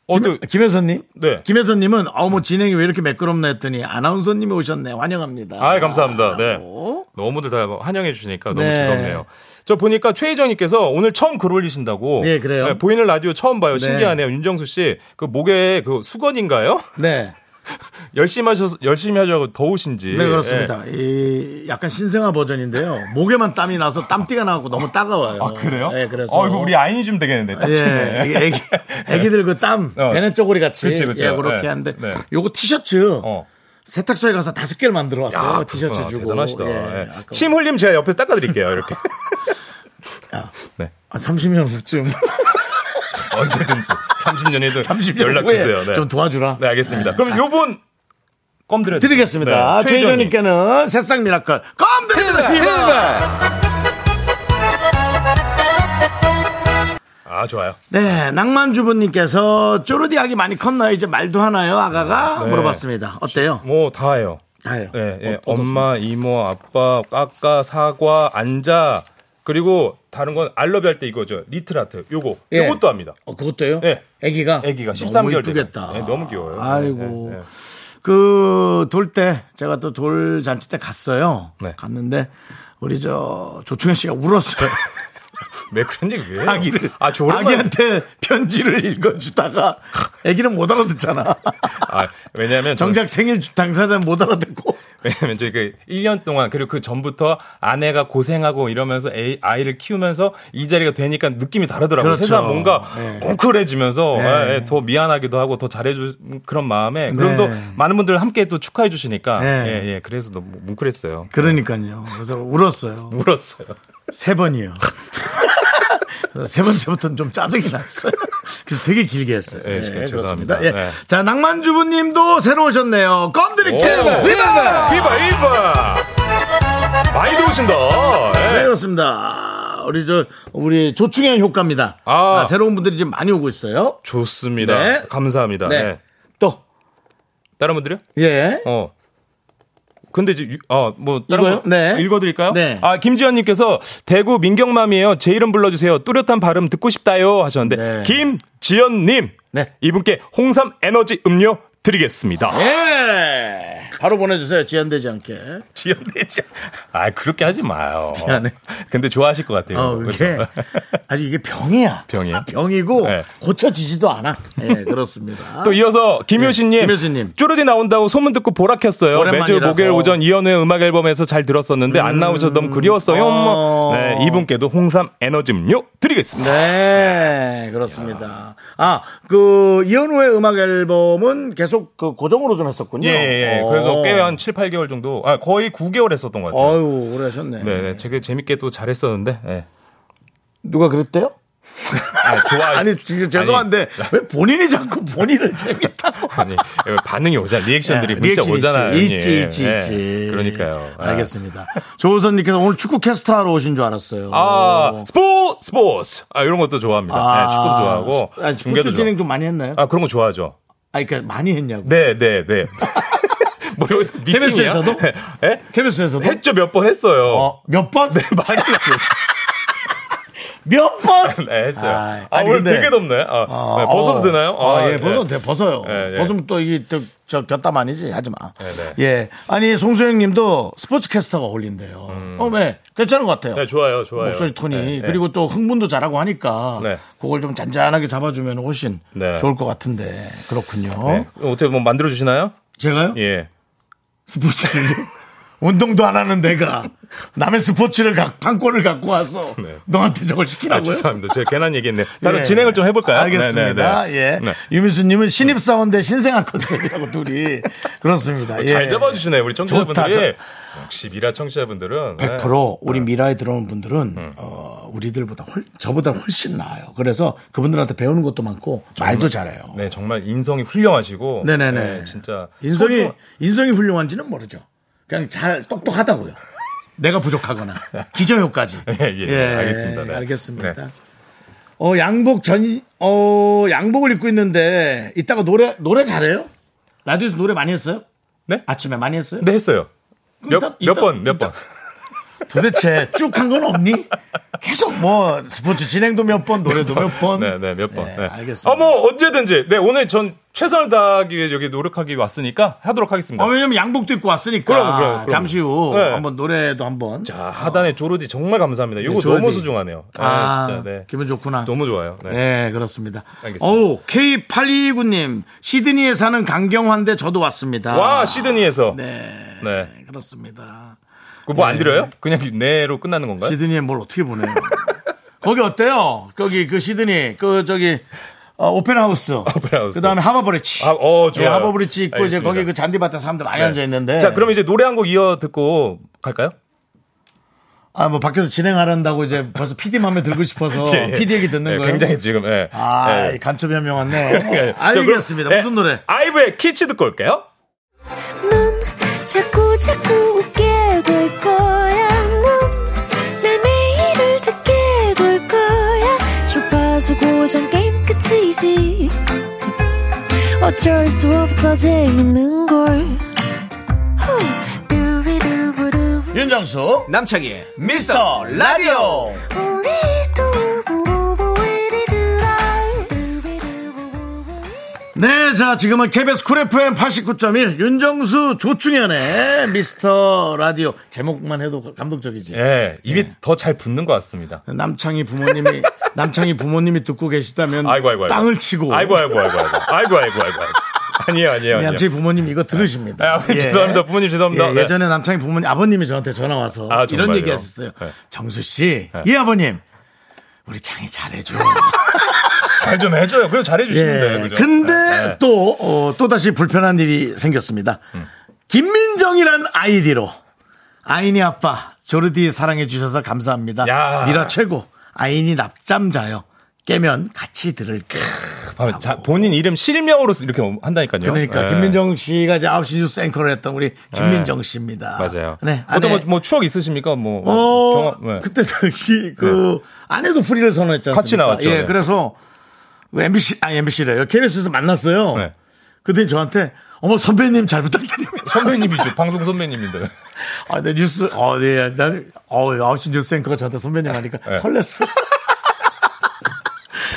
Speaker 2: 어, 또,
Speaker 1: 김혜선님,
Speaker 2: 네.
Speaker 1: 김혜선님은 어머 뭐 진행이 왜 이렇게 매끄럽나 했더니 아나운서님이 오셨네 환영합니다.
Speaker 2: 아, 감사합니다. 네.
Speaker 1: 오.
Speaker 2: 너무들 다 환영해 주시니까 너무
Speaker 1: 뭐? 네.
Speaker 2: 즐겁네요. 저 보니까 최희정님께서 오늘 처음 글 올리신다고.
Speaker 1: 네, 그래요.
Speaker 2: 보이는 라디오 처음 봐요. 신기하네요. 윤정수 씨. 그 목에 그 수건인가요?
Speaker 1: 네,
Speaker 2: 열심히 하셔서, 열심히 하셔서 더우신지. 예.
Speaker 1: 네 그렇습니다. 이 약간 신생아 버전인데요. 목에만 땀이 나서 땀띠가 나고 너무 따가워요.
Speaker 2: 아, 그래요?
Speaker 1: 네, 그래서
Speaker 2: 어, 이거 우리 아인이 좀 되겠는데. 딱 좋네.
Speaker 1: 예, 애기, 애기들 그땀
Speaker 2: 어.
Speaker 1: 배는 쪼그리 같이
Speaker 2: 그치, 그치.
Speaker 1: 예, 그렇게
Speaker 2: 네.
Speaker 1: 하는데
Speaker 2: 네.
Speaker 1: 요거 티셔츠
Speaker 2: 어.
Speaker 1: 세탁소에 가서 다섯 개를 만들어 왔어요.
Speaker 2: 아,
Speaker 1: 티셔츠
Speaker 2: 그렇구나.
Speaker 1: 주고
Speaker 2: 대단하시다.
Speaker 1: 예,
Speaker 2: 예.
Speaker 1: 아까
Speaker 2: 침 흘림 제가 옆에 닦아드릴게요. 이렇게
Speaker 1: 한 30년 후쯤
Speaker 2: 언제든지 30년에도
Speaker 1: 30년
Speaker 2: 연락
Speaker 1: 후에
Speaker 2: 주세요. 네.
Speaker 1: 좀 도와주라.
Speaker 2: 네, 알겠습니다. 그럼 요번 껌 드려
Speaker 1: 아.
Speaker 2: 네.
Speaker 1: 드리겠습니다. 최희정님께는 새싹 미라클 껌 드립니다. 피부!
Speaker 2: 아, 좋아요.
Speaker 1: 네, 낭만주부님께서 쪼르디 아기 많이 컸나요? 이제 말도 하나요? 아가가
Speaker 2: 네.
Speaker 1: 물어봤습니다. 어때요?
Speaker 2: 뭐, 다 해요.
Speaker 1: 다요.
Speaker 2: 예, 예. 엄마, 이모, 아빠, 까까, 사과, 안자. 그리고 다른 건 알러뷰 할 때 이거죠. 리틀아트. 요거.
Speaker 1: 예.
Speaker 2: 요것도 합니다.
Speaker 1: 어, 그것도요?
Speaker 2: 예.
Speaker 1: 아기가?
Speaker 2: 아기가
Speaker 1: 네, 너무
Speaker 2: 13개월
Speaker 1: 이쁘겠다.
Speaker 2: 되면. 예, 너무 귀여워요.
Speaker 1: 아이고.
Speaker 2: 예, 예.
Speaker 1: 네. 그 돌 때 제가 또 돌 잔치 때 갔어요.
Speaker 2: 네.
Speaker 1: 갔는데 우리 저 조충현 씨가 울었어요.
Speaker 2: 왜 그런지 왜? 해요?
Speaker 1: 네? 아기를
Speaker 2: 아, 저 오랜만에.
Speaker 1: 아기한테 편지를 읽어주다가 아기는 못 알아듣잖아.
Speaker 2: 아, 왜냐면. 저는-
Speaker 1: 정작 생일 당사자는 못 알아듣고.
Speaker 2: 왜냐면 저희 그 1년 동안 그리고 그 전부터 아내가 고생하고 이러면서 애, 아이를 키우면서 이 자리가 되니까 느낌이 다르더라고요.
Speaker 1: 그렇죠.
Speaker 2: 세상 뭔가
Speaker 1: 네.
Speaker 2: 뭉클해지면서
Speaker 1: 네.
Speaker 2: 예, 예, 더 미안하기도 하고 더 잘해줄 그런 마음에 그럼
Speaker 1: 네.
Speaker 2: 또 많은 분들 함께 또 축하해 주시니까
Speaker 1: 네.
Speaker 2: 예, 예, 그래서 너무 뭉클했어요.
Speaker 1: 그러니까요. 그래서 울었어요.
Speaker 2: 울었어요.
Speaker 1: 세 번이요. 그래서 세 번째부터는 좀 짜증이 났어요. 그래서 되게 길게 했어요.
Speaker 2: 예, 예,
Speaker 1: 예,
Speaker 2: 죄송합니다.
Speaker 1: 그렇습니다. 예.
Speaker 2: 네.
Speaker 1: 자, 낭만주부님도 새로 오셨네요. 껌 드릴게요.
Speaker 2: 오, 이봐 이봐 많이 들어오신다.
Speaker 1: 네,
Speaker 2: 예.
Speaker 1: 그렇습니다. 우리 저 우리 조충현 효과입니다.
Speaker 2: 아.
Speaker 1: 아, 새로운 분들이 지금 많이 오고 있어요.
Speaker 2: 좋습니다.
Speaker 1: 네.
Speaker 2: 감사합니다.
Speaker 1: 네.
Speaker 2: 예.
Speaker 1: 또
Speaker 2: 다른 분들요?
Speaker 1: 예.
Speaker 2: 어. 근데 이제 아뭐
Speaker 1: 이거요? 네.
Speaker 2: 읽어드릴까요?
Speaker 1: 네.
Speaker 2: 아 김지현님께서 대구 민경맘이에요. 제 이름 불러주세요. 뚜렷한 발음 듣고 싶다요 하셨는데
Speaker 1: 네.
Speaker 2: 김지현님
Speaker 1: 네.
Speaker 2: 이분께 홍삼 에너지 음료 드리겠습니다.
Speaker 1: 예. 바로 보내주세요. 지연되지 않게.
Speaker 2: 지연되지. 아 그렇게 하지 마요.
Speaker 1: 미안해.
Speaker 2: 근데 좋아하실 것 같아요.
Speaker 1: 네. 어, 그게
Speaker 2: 그래서.
Speaker 1: 아직 이게 병이야.
Speaker 2: 병이에요?
Speaker 1: 병이고
Speaker 2: 네.
Speaker 1: 고쳐지지도 않아. 예, 그렇습니다.
Speaker 2: 또 이어서 김효신님,
Speaker 1: 네, 김효신님.
Speaker 2: 쪼르디 나온다고 소문 듣고 보락했어요. 매주
Speaker 1: 오랜만이라서.
Speaker 2: 목요일 오전 이현우의 음악 앨범에서 잘 들었었는데 안 나오셔서 너무 음. 그리웠어요.
Speaker 1: 어.
Speaker 2: 네, 이분께도 홍삼 에너지 음료 드리겠습니다.
Speaker 1: 네, 그렇습니다. 아, 그, 이현우의 음악 앨범은 계속 그 고정으로 좀 했었군요.
Speaker 2: 예, 예, 예.
Speaker 1: 어.
Speaker 2: 그래서 꽤 한 7, 8개월 정도, 아, 거의 9개월 했었던 것 같아요.
Speaker 1: 아유, 오래 하셨네.
Speaker 2: 네, 네, 되게 재밌게 또 잘했었는데, 예.
Speaker 1: 누가 그랬대요?
Speaker 2: 아, 좋아.
Speaker 1: 아니, 지금 죄송한데, 왜 본인이 자꾸 본인을 재밌다고.
Speaker 2: 아니, 예, 반응이 오잖아. 리액션들이
Speaker 1: 예,
Speaker 2: 문자
Speaker 1: 리액션
Speaker 2: 오잖아요.
Speaker 1: 있지,
Speaker 2: 형님.
Speaker 1: 있지, 있지,
Speaker 2: 예,
Speaker 1: 있지.
Speaker 2: 그러니까요. 아.
Speaker 1: 알겠습니다. 조우선님께서 오늘 축구 캐스터 하러 오신 줄 알았어요.
Speaker 2: 아, 스포츠, 스포츠. 아, 이런 것도 좋아합니다. 예, 축구도 좋아하고.
Speaker 1: 아,
Speaker 2: 중계도
Speaker 1: 스포츠
Speaker 2: 좋아.
Speaker 1: 진행 좀 많이 했나요?
Speaker 2: 아, 그런 거 좋아하죠.
Speaker 1: 아, 그러니까 많이 했냐고.
Speaker 2: 네, 네, 네. 뭐 여기서 미팅이야?
Speaker 1: KBS에서도?
Speaker 2: 예?
Speaker 1: KBS에서도?
Speaker 2: 했죠 몇 번 했어요.
Speaker 1: 어, 몇 번?
Speaker 2: 많이 했어요.
Speaker 1: 몇 번?
Speaker 2: 네, 했어요.
Speaker 1: 아이,
Speaker 2: 아,
Speaker 1: 아니,
Speaker 2: 오늘
Speaker 1: 근데-
Speaker 2: 되게 덥네. 아,
Speaker 1: 아,
Speaker 2: 네, 벗어도
Speaker 1: 어.
Speaker 2: 되나요?
Speaker 1: 아, 예,
Speaker 2: 네.
Speaker 1: 벗어도 돼, 벗어요.
Speaker 2: 예, 예.
Speaker 1: 벗으면 또 이게, 또, 저, 곁담 아니지? 하지 마.
Speaker 2: 네, 네.
Speaker 1: 예. 아니, 송소영 님도 스포츠캐스터가 어울린대요. 어, 네. 괜찮은 것 같아요.
Speaker 2: 음. 네, 좋아요, 좋아요.
Speaker 1: 목소리 톤이.
Speaker 2: 네, 네.
Speaker 1: 그리고 또 흥분도 잘하고 하니까.
Speaker 2: 네.
Speaker 1: 그걸 좀 잔잔하게 잡아주면 훨씬
Speaker 2: 네.
Speaker 1: 좋을 것 같은데. 그렇군요.
Speaker 2: 네. 어떻게 뭐 만들어 주시나요?
Speaker 1: 제가요?
Speaker 2: 예.
Speaker 1: 스포츠 운동도 안 하는 내가 남의 스포츠를 각, 판권을 갖고 와서
Speaker 2: 네.
Speaker 1: 너한테 저걸
Speaker 2: 아,
Speaker 1: 시키라고요?
Speaker 2: 죄송합니다. 제가 괜한 얘기했네요. 다른
Speaker 1: 예.
Speaker 2: 진행을 좀 해볼까요?
Speaker 1: 알겠습니다.
Speaker 2: 네, 네, 네.
Speaker 1: 예.
Speaker 2: 네.
Speaker 1: 유미수님은 신입사원 대 신생아 컨셉이라고 둘이. 그렇습니다. 예.
Speaker 2: 어, 잘 잡아주시네요, 우리 청취자분들이.
Speaker 1: 좋다,
Speaker 2: 역시 미라 청취자분들은. 네. 음.
Speaker 1: 100% 우리 미라에 들어온 분들은 어, 우리들보다 훨, 저보다 훨씬 나아요. 그래서 그분들한테 배우는 것도 많고 말도 잘해요.
Speaker 2: 네, 정말 인성이 훌륭하시고.
Speaker 1: 네, 네, 네.
Speaker 2: 예, 진짜.
Speaker 1: 인성이
Speaker 2: 소중한-
Speaker 1: 인성이 훌륭한지는 모르죠. 그냥 잘 똑똑하다고요. 내가 부족하거나 기저효까지.
Speaker 2: 예, 예, 알겠습니다. 네.
Speaker 1: 알겠습니다.
Speaker 2: 네.
Speaker 1: 어 양복 전어 양복을 입고 있는데 이따가 노래 노래 잘해요? 라디오에서 노래 많이 했어요?
Speaker 2: 네?
Speaker 1: 아침에 많이 했어요?
Speaker 2: 네, 했어요. 몇,
Speaker 1: 이따-
Speaker 2: 몇
Speaker 1: 이따-
Speaker 2: 번, 몇 번.
Speaker 1: 도대체 쭉 한 건 없니? 계속 뭐 스포츠 진행도 몇 번, 노래도 몇 번.
Speaker 2: 네, 네, 몇 번.
Speaker 1: 네,
Speaker 2: 네.
Speaker 1: 알겠습니다.
Speaker 2: 어, 뭐, 언제든지. 네, 오늘 전 최선을 다하기 위해 여기 노력하기 왔으니까 하도록 하겠습니다.
Speaker 1: 아, 왜냐면 양복도 입고 왔으니까
Speaker 2: 그럼, 그럼, 그럼.
Speaker 1: 잠시 후
Speaker 2: 네.
Speaker 1: 한번 노래도 한번.
Speaker 2: 자, 하단에 조르디 정말 감사합니다. 이거
Speaker 1: 네, 조르디.
Speaker 2: 너무 소중하네요. 아,
Speaker 1: 아,
Speaker 2: 진짜, 네.
Speaker 1: 기분 좋구나.
Speaker 2: 너무 좋아요. 네.
Speaker 1: 네, 그렇습니다.
Speaker 2: 알겠습니다.
Speaker 1: 어우, K829님, 시드니에 사는 강경환대 저도 왔습니다.
Speaker 2: 와, 시드니에서. 네.
Speaker 1: 아, 네, 그렇습니다.
Speaker 2: 그거 뭐 안 들어요? 그냥 내로 끝나는 건가요?
Speaker 1: 시드니에 뭘 어떻게 보내요? 거기 어때요? 거기 그 시드니, 그 저기, 어, 오페라 하우스.
Speaker 2: 오페라 하우스.
Speaker 1: 그 다음에 하버브리지. 예,
Speaker 2: 아, 어, 좋아요.
Speaker 1: 하버브리지 있고 이제
Speaker 2: 알겠습니다. 네.
Speaker 1: 거기 그 잔디밭에 사람들 많이 앉아있는데. 어,
Speaker 2: 자, 그럼 이제 노래 한 곡 이어 듣고 갈까요?
Speaker 1: 아, 뭐 밖에서 진행하란다고 이제 벌써 PD 맘에 들고 싶어서
Speaker 2: 예, 예.
Speaker 1: PD 얘기 듣는
Speaker 2: 예,
Speaker 1: 거예요.
Speaker 2: 굉장히 지금, 예.
Speaker 1: 아,
Speaker 2: 예.
Speaker 1: 간첩이 한 명
Speaker 2: 예.
Speaker 1: 왔네. 어,
Speaker 2: 자, 그럼,
Speaker 1: 알겠습니다.
Speaker 2: 예,
Speaker 1: 무슨 노래?
Speaker 2: 아이브의 키치 듣고 올게요.
Speaker 4: 넌 자꾸 자꾸 웃게 될 거야. 넌내 매일을 듣게 될 거야. 주파수 고정 고정 게임 끝이지 어쩔 수 없어 재밌는 걸 후. 두비두부두부.
Speaker 1: 윤정수
Speaker 3: 남창희의
Speaker 1: 미스터 라디오
Speaker 4: 우리 두부부부 우리 두라. 두비두부부부.
Speaker 1: 네, 자, 지금은 KBS 쿨 FM 89.1 윤정수 조충현의 미스터 라디오. 제목만 해도 감동적이지.
Speaker 2: 예, 입이
Speaker 1: 네.
Speaker 2: 더 잘 붙는 것 같습니다.
Speaker 1: 남창희 부모님이, 남창희 부모님이 듣고 계시다면
Speaker 2: 아이고, 아이고, 아이고.
Speaker 1: 땅을 치고.
Speaker 2: 아이고 아이고 아이고 아이고 아이고 아이고 아이고 아니에요 아니에요 아니에요.
Speaker 1: 남창희 부모님 이거 들으십니다.
Speaker 2: 아, 아버님 죄송합니다. 부모님 죄송합니다.
Speaker 1: 예,
Speaker 2: 네.
Speaker 1: 예전에 남창희 부모님, 아버님이 저한테 전화 와서
Speaker 2: 아,
Speaker 1: 이런
Speaker 2: 정말요?
Speaker 1: 얘기 하셨어요.
Speaker 2: 네.
Speaker 1: 정수 씨, 예, 아버님. 우리 창희 잘해줘.
Speaker 2: 잘 좀 해줘요. 그럼 잘해주시는데
Speaker 1: 예.
Speaker 2: 그죠?
Speaker 1: 근데
Speaker 2: 네, 네.
Speaker 1: 또, 어, 또다시 불편한 일이 생겼습니다. 김민정이란 아이디로 아인이 아빠 조르디 사랑해주셔서 감사합니다.
Speaker 2: 야.
Speaker 1: 미라 최고. 아인이 낮잠 자요. 깨면 같이 들을게.
Speaker 2: 아, 자, 본인 이름 실명으로 이렇게 한다니까요.
Speaker 1: 그러니까
Speaker 2: 예.
Speaker 1: 김민정 씨가 이제 9시 뉴스 앵커를 했던 우리 김민정 씨입니다.
Speaker 2: 맞아요.
Speaker 1: 네. 아내,
Speaker 2: 어떤 뭐, 뭐 추억 있으십니까? 뭐
Speaker 1: 어,
Speaker 2: 경험. 네.
Speaker 1: 그때 당시 그 아내도 프리를 선호했지 않습니까?
Speaker 2: 같이 나왔죠.
Speaker 1: 예,
Speaker 2: 네.
Speaker 1: 그래서 그 MBC 아 MBC래요. KBS에서 만났어요.
Speaker 2: 네.
Speaker 1: 그때 저한테 어머 선배님 잘 부탁드립니다.
Speaker 2: 선배님이죠. 방송 선배님인데.
Speaker 1: 아, 내 뉴스 어, 네, 난 어, 9시 뉴스 앵커가 저한테 선배님 하니까
Speaker 2: 네.
Speaker 1: 설렜어.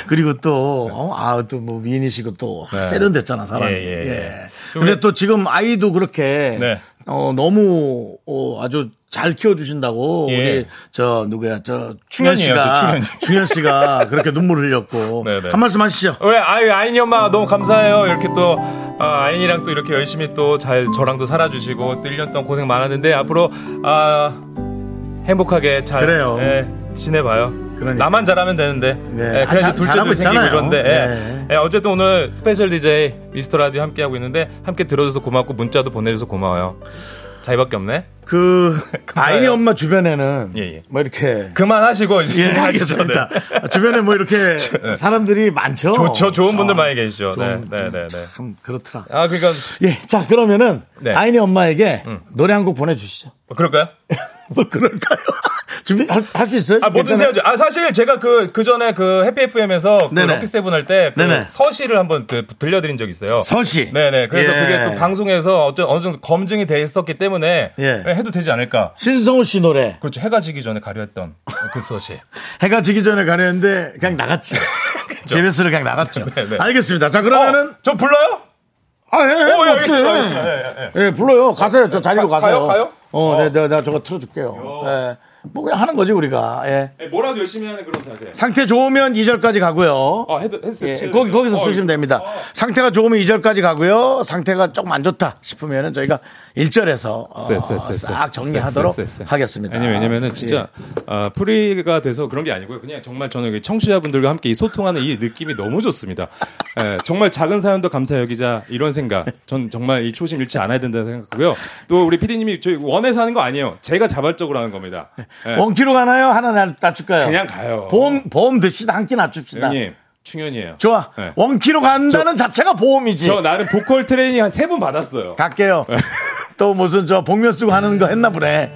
Speaker 1: 그리고 또, 어, 아, 또 뭐 미인이시고 또 확
Speaker 2: 네.
Speaker 1: 세련됐잖아, 사람이.
Speaker 2: 예, 예, 예.
Speaker 1: 예. 근데 또 지금 아이도 그렇게,
Speaker 2: 네.
Speaker 1: 어, 너무, 어, 아주 잘 키워주신다고,
Speaker 2: 예.
Speaker 1: 우리, 저, 누구야, 저, 충현
Speaker 2: 충현이에요,
Speaker 1: 씨가,
Speaker 2: 저 충현이.
Speaker 1: 충현 씨가 그렇게 눈물을 흘렸고,
Speaker 2: 네, 네.
Speaker 1: 한 말씀 하시죠.
Speaker 2: 왜 아유 아인이 엄마 너무 감사해요. 이렇게 또 아, 아인이랑 또 이렇게 열심히 또 잘 저랑도 살아주시고 또 1년 동안 고생 많았는데 앞으로 아 행복하게 잘
Speaker 1: 그래요.
Speaker 2: 예, 지내봐요.
Speaker 1: 그러니까.
Speaker 2: 나만 잘하면 되는데.
Speaker 1: 네.
Speaker 2: 예, 그래야지
Speaker 1: 아, 잘-
Speaker 2: 둘째도
Speaker 1: 잘하고
Speaker 2: 생기고
Speaker 1: 있잖아요.
Speaker 2: 이런데.
Speaker 1: 네.
Speaker 2: 예. 예, 어쨌든 오늘 스페셜 DJ 미스터 라디오 함께 하고 있는데 함께 들어줘서 고맙고 문자도 보내줘서 고마워요. 자기밖에 없네.
Speaker 1: 그,
Speaker 2: 감사해요.
Speaker 1: 아이니 엄마 주변에는,
Speaker 2: 예, 예.
Speaker 1: 뭐 이렇게,
Speaker 2: 그만하시고
Speaker 1: 예,
Speaker 2: 이제
Speaker 1: 알겠습니다. 주변에 뭐 이렇게 사람들이 많죠.
Speaker 2: 예. 좋죠. 좋은 분들
Speaker 1: 아,
Speaker 2: 많이 계시죠. 네,
Speaker 1: 좋은
Speaker 2: 네,
Speaker 1: 분들.
Speaker 2: 네, 네.
Speaker 1: 참 그렇더라.
Speaker 2: 아 그러니까
Speaker 1: 예, 자 그러면은
Speaker 2: 네. 음.
Speaker 1: 아이네 엄마에게 노래 한 곡 보내주시죠.
Speaker 2: 그럴까요?
Speaker 1: 뭐 그럴까요? 준비 할 수 있어요?
Speaker 2: 아, 뭐든지
Speaker 1: 괜찮아요?
Speaker 2: 하죠. 아, 사실 제가 그, 그 전에 그 해피 FM에서 그
Speaker 1: 네네.
Speaker 2: 럭키 세븐 할 때 그
Speaker 1: 네네.
Speaker 2: 서시를 한번 그 들려드린 적이 있어요.
Speaker 1: 서시.
Speaker 2: 네네. 그래서
Speaker 1: 예.
Speaker 2: 그게 또 방송에서 어쩌, 어느 정도 검증이 돼 있었기 때문에 네,
Speaker 1: 예.
Speaker 2: 해도 되지 않을까.
Speaker 1: 신성우 씨 노래
Speaker 2: 그렇죠. 해가 지기 전에 가려했던 그 서시.
Speaker 1: 해가 지기 전에 가려는데 그냥 나갔지. KBS를 그냥 나갔죠.
Speaker 2: 그렇죠. 네, 네.
Speaker 1: 알겠습니다. 자 그러면은
Speaker 2: 어, 저 불러요?
Speaker 1: 아 예, 예,
Speaker 2: 어, 예,
Speaker 1: 어때?
Speaker 2: 알겠습니다. 알겠습니다. 예,
Speaker 1: 예, 불러요. 가세요. 저 자리로
Speaker 2: 가-
Speaker 1: 가세요.
Speaker 2: 가요? 가요?
Speaker 1: 어, 네, 내가, 내가 저거 틀어줄게요. 예. 뭐 그냥 하는 거지 우리가. 예.
Speaker 2: 네, 뭐라도 열심히 하는 그런 자세.
Speaker 1: 상태 좋으면 2절까지 가고요.
Speaker 2: 아, 해도, 했어요. 어.
Speaker 1: 예, 거기, 거기서 쓰시면 됩니다. 상태가 좋으면 2절까지 가고요. 상태가 조금 안 좋다 싶으면은 저희가 1절에서 어,
Speaker 2: 쎄, 쎄, 쎄, 쎄.
Speaker 1: 싹 정리하도록
Speaker 2: 쎄, 쎄, 쎄, 쎄.
Speaker 1: 하겠습니다. 예.
Speaker 2: 아니 왜냐면은 진짜 아, 프리가 돼서 그런 게 아니고요. 그냥 정말 저는 여기 청취자분들과 함께 이 소통하는 이 느낌이 너무 좋습니다. 예, 정말 작은 사연도 감사 여기자 이런 생각. 전 정말 이 초심 잃지 않아야 된다는 생각고요. 또 우리 PD님이 저희 원해서 하는 거 아니에요. 제가 자발적으로 하는 겁니다. 예,
Speaker 1: 예. 원키로 가나요? 하나 나- 낮출까요?
Speaker 2: 그냥 가요.
Speaker 1: 보험, 보험 듭시다. 한 끼 낮춥시다.
Speaker 2: 형님 충현이에요.
Speaker 1: 좋아.
Speaker 2: 예.
Speaker 1: 원키로 간다는 자체가 보험이지.
Speaker 2: 저 예. 나름 보컬 트레이닝 한 세 번 받았어요.
Speaker 1: 갈게요. 또 무슨 저 복면 쓰고 하는 거 했나 보네.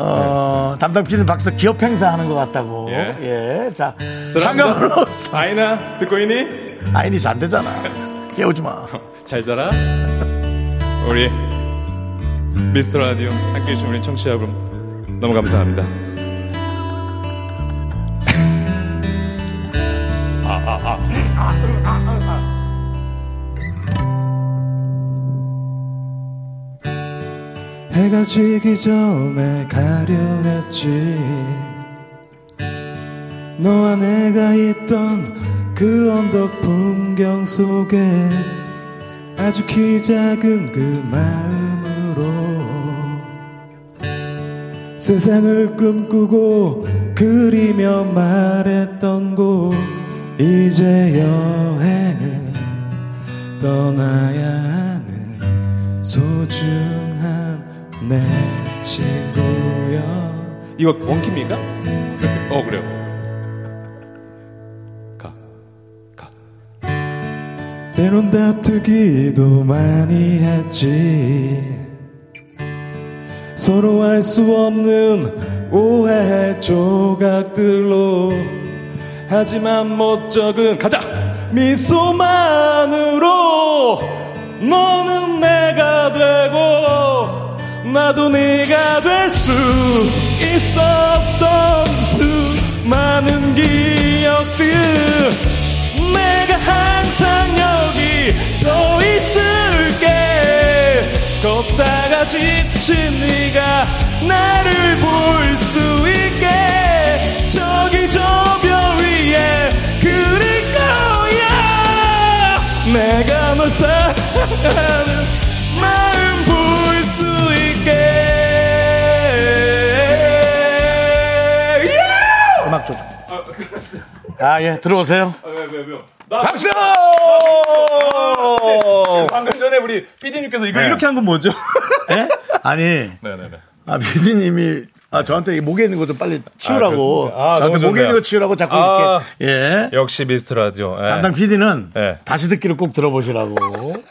Speaker 2: 예,
Speaker 1: 어, 담당 피는 박사 기업 행사 하는 것 같다고. 예.
Speaker 2: 예.
Speaker 1: 자, 상관으로
Speaker 2: 아이나 듣고 있니?
Speaker 1: 아인이 잘 되잖아. 깨우지 마.
Speaker 2: 잘 자라. 우리 미스터 라디오 함께 해주신 우리 청취자 여러분 너무 감사합니다.
Speaker 5: 해가 지기 전에 가려 했지 너와 내가 있던 그 언덕 풍경 속에 아주 키 작은 그 마음으로 세상을 꿈꾸고 그리며 말했던 곳 이제 여행을 떠나야 하는 소중한 내 친구여
Speaker 2: 이거 원킴인가? 어 그래요. 가. 가.
Speaker 5: 때론 다투기도 많이 했지 서로 알 수 없는 오해의 조각들로 하지만 못 적은 가자 미소만으로 너는 내가 되고 나도 네가 될 수 있었던 수많은 기억들 내가 항상 여기 서 있을게 걷다가 지친 네가 나를 볼 수 있게 저기 저 별 위에 그릴 거야 내가 널 사랑하는 마음 볼 수 있게
Speaker 1: 음악 조절. 아, 예, 들어오세요. 박수!
Speaker 2: 방금 전에 우리 PD님께서 이거 이렇게 한 건 뭐죠?
Speaker 1: 예? 아니,
Speaker 2: 네. 네네네.
Speaker 1: 아, 피디님이 아, 저한테 이 목에 있는 거 좀 빨리 치우라고.
Speaker 2: 그렇습니까? 아,
Speaker 1: 저한테
Speaker 2: 너무
Speaker 1: 목에 있는
Speaker 2: 좋네요.
Speaker 1: 거 치우라고 자꾸
Speaker 2: 아.
Speaker 1: 이렇게. 예.
Speaker 2: 역시 미스트 라디오. 예.
Speaker 1: 담당 PD는
Speaker 2: 예.
Speaker 1: 다시 듣기를 꼭 들어보시라고.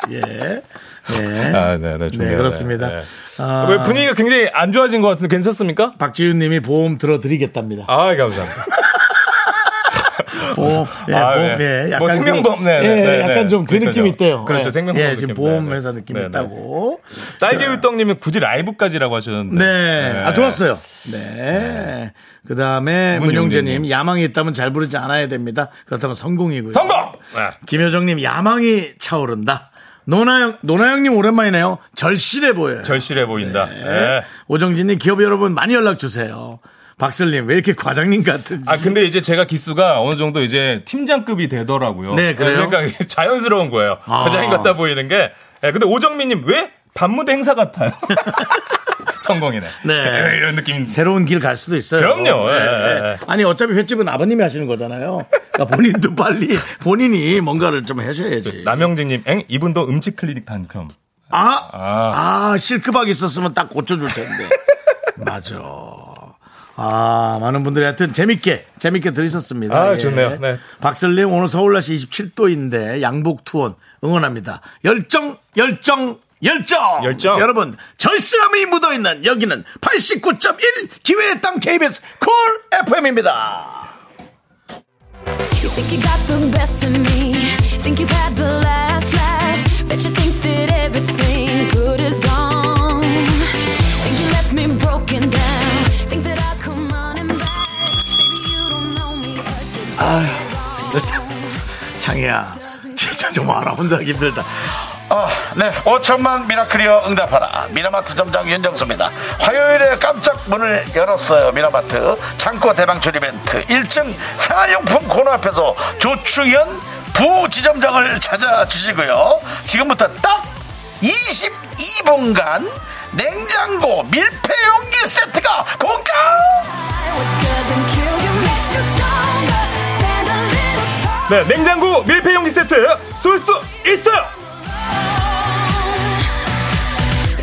Speaker 1: 예. 예.
Speaker 2: 아, 네네. 좋네요.
Speaker 1: 네, 그렇습니다.
Speaker 2: 네.
Speaker 1: 아,
Speaker 2: 왜 분위기가 굉장히 안 좋아진 것 같은데 괜찮습니까?
Speaker 1: 박지윤 님이 보험 들어드리겠답니다.
Speaker 2: 아, 감사합니다.
Speaker 1: 보험, 예,
Speaker 2: 아,
Speaker 1: 보험,
Speaker 2: 네.
Speaker 1: 예, 약간.
Speaker 2: 뭐 생명보험,
Speaker 1: 그,
Speaker 2: 네, 네,
Speaker 1: 예,
Speaker 2: 네, 네.
Speaker 1: 약간 좀 그
Speaker 2: 그러니까요.
Speaker 1: 느낌 있대요.
Speaker 2: 그렇죠,
Speaker 1: 예.
Speaker 2: 생명보험
Speaker 1: 예, 지금
Speaker 2: 느낌.
Speaker 1: 보험회사
Speaker 2: 네, 네.
Speaker 1: 느낌
Speaker 2: 네, 네.
Speaker 1: 있다고.
Speaker 2: 딸기 우떡님은 굳이 라이브까지라고 하셨는데.
Speaker 1: 네.
Speaker 2: 네.
Speaker 1: 아, 좋았어요. 네. 그 다음에 문용재님,
Speaker 2: 문용재님.
Speaker 1: 야망이 있다면 잘 부르지 않아야 됩니다. 그렇다면 성공이고요.
Speaker 2: 성공! 네.
Speaker 1: 김효정님, 야망이 차오른다. 노나영, 노나영님 오랜만이네요. 절실해 보여요.
Speaker 2: 절실해 보인다.
Speaker 1: 네.
Speaker 2: 네.
Speaker 1: 오정진님, 기업 여러분 많이 연락주세요. 박슬님, 왜 이렇게 과장님 같은지.
Speaker 2: 아 근데 이제 제가 기수가 어느 정도 이제 팀장급이 되더라고요.
Speaker 1: 네, 그래요?
Speaker 2: 그러니까 이게 자연스러운 거예요.
Speaker 1: 아.
Speaker 2: 과장님 같다 보이는 게. 예, 근데 오정민님 왜 반무대 행사 같아요? 성공이네.
Speaker 1: 네.
Speaker 2: 이런 느낌인데.
Speaker 1: 새로운 길 갈 수도 있어요.
Speaker 2: 음. 그럼요.
Speaker 1: 네,
Speaker 2: 예, 예,
Speaker 1: 네.
Speaker 2: 예.
Speaker 1: 아니 어차피 횟집은 아버님이 하시는 거잖아요. 그러니까 본인도 빨리 본인이 뭔가를 좀 하셔야지.
Speaker 2: 남영진님, 엥 이분도 음치 클리닉 단컴.
Speaker 1: 아, 아, 실크박 있었으면 딱 고쳐줄 텐데. 맞아. 아, 많은 분들이 하여튼 재밌게, 재밌게 들으셨습니다. 예.
Speaker 2: 아, 좋네요. 네.
Speaker 1: 박슬님, 오늘 서울 날씨 27도인데 양복 투혼 응원합니다. 열정, 열정, 열정!
Speaker 2: 열정.
Speaker 1: 여러분, 절실함이 묻어있는 여기는 89.1 기회의 땅 KBS 콜 FM입니다.
Speaker 4: You think you got the best of me. Think you've had the last laugh. Bet you think that everything good is gone. Think you left me broken down. Think that I'll come running back. Maybe you don't know me 'cause you
Speaker 1: 창희야, 진짜 좀 알아. 혼자 하기 힘들다. 어, 네. 5천만 미라클이어 응답하라. 미라마트 점장 윤정수입니다. 화요일에 깜짝 문을 열었어요. 미라마트 창고 대방출 이벤트 1층 생활용품 코너 앞에서 조충현 부지점장을 찾아주시고요. 지금부터 딱 22분간 냉장고 밀폐용기 세트가 공짜!
Speaker 4: die. What doesn't kill you makes you stronger. Stand a little taller.
Speaker 2: 네, 냉장고 밀폐용기 세트 쏠 수 있어요.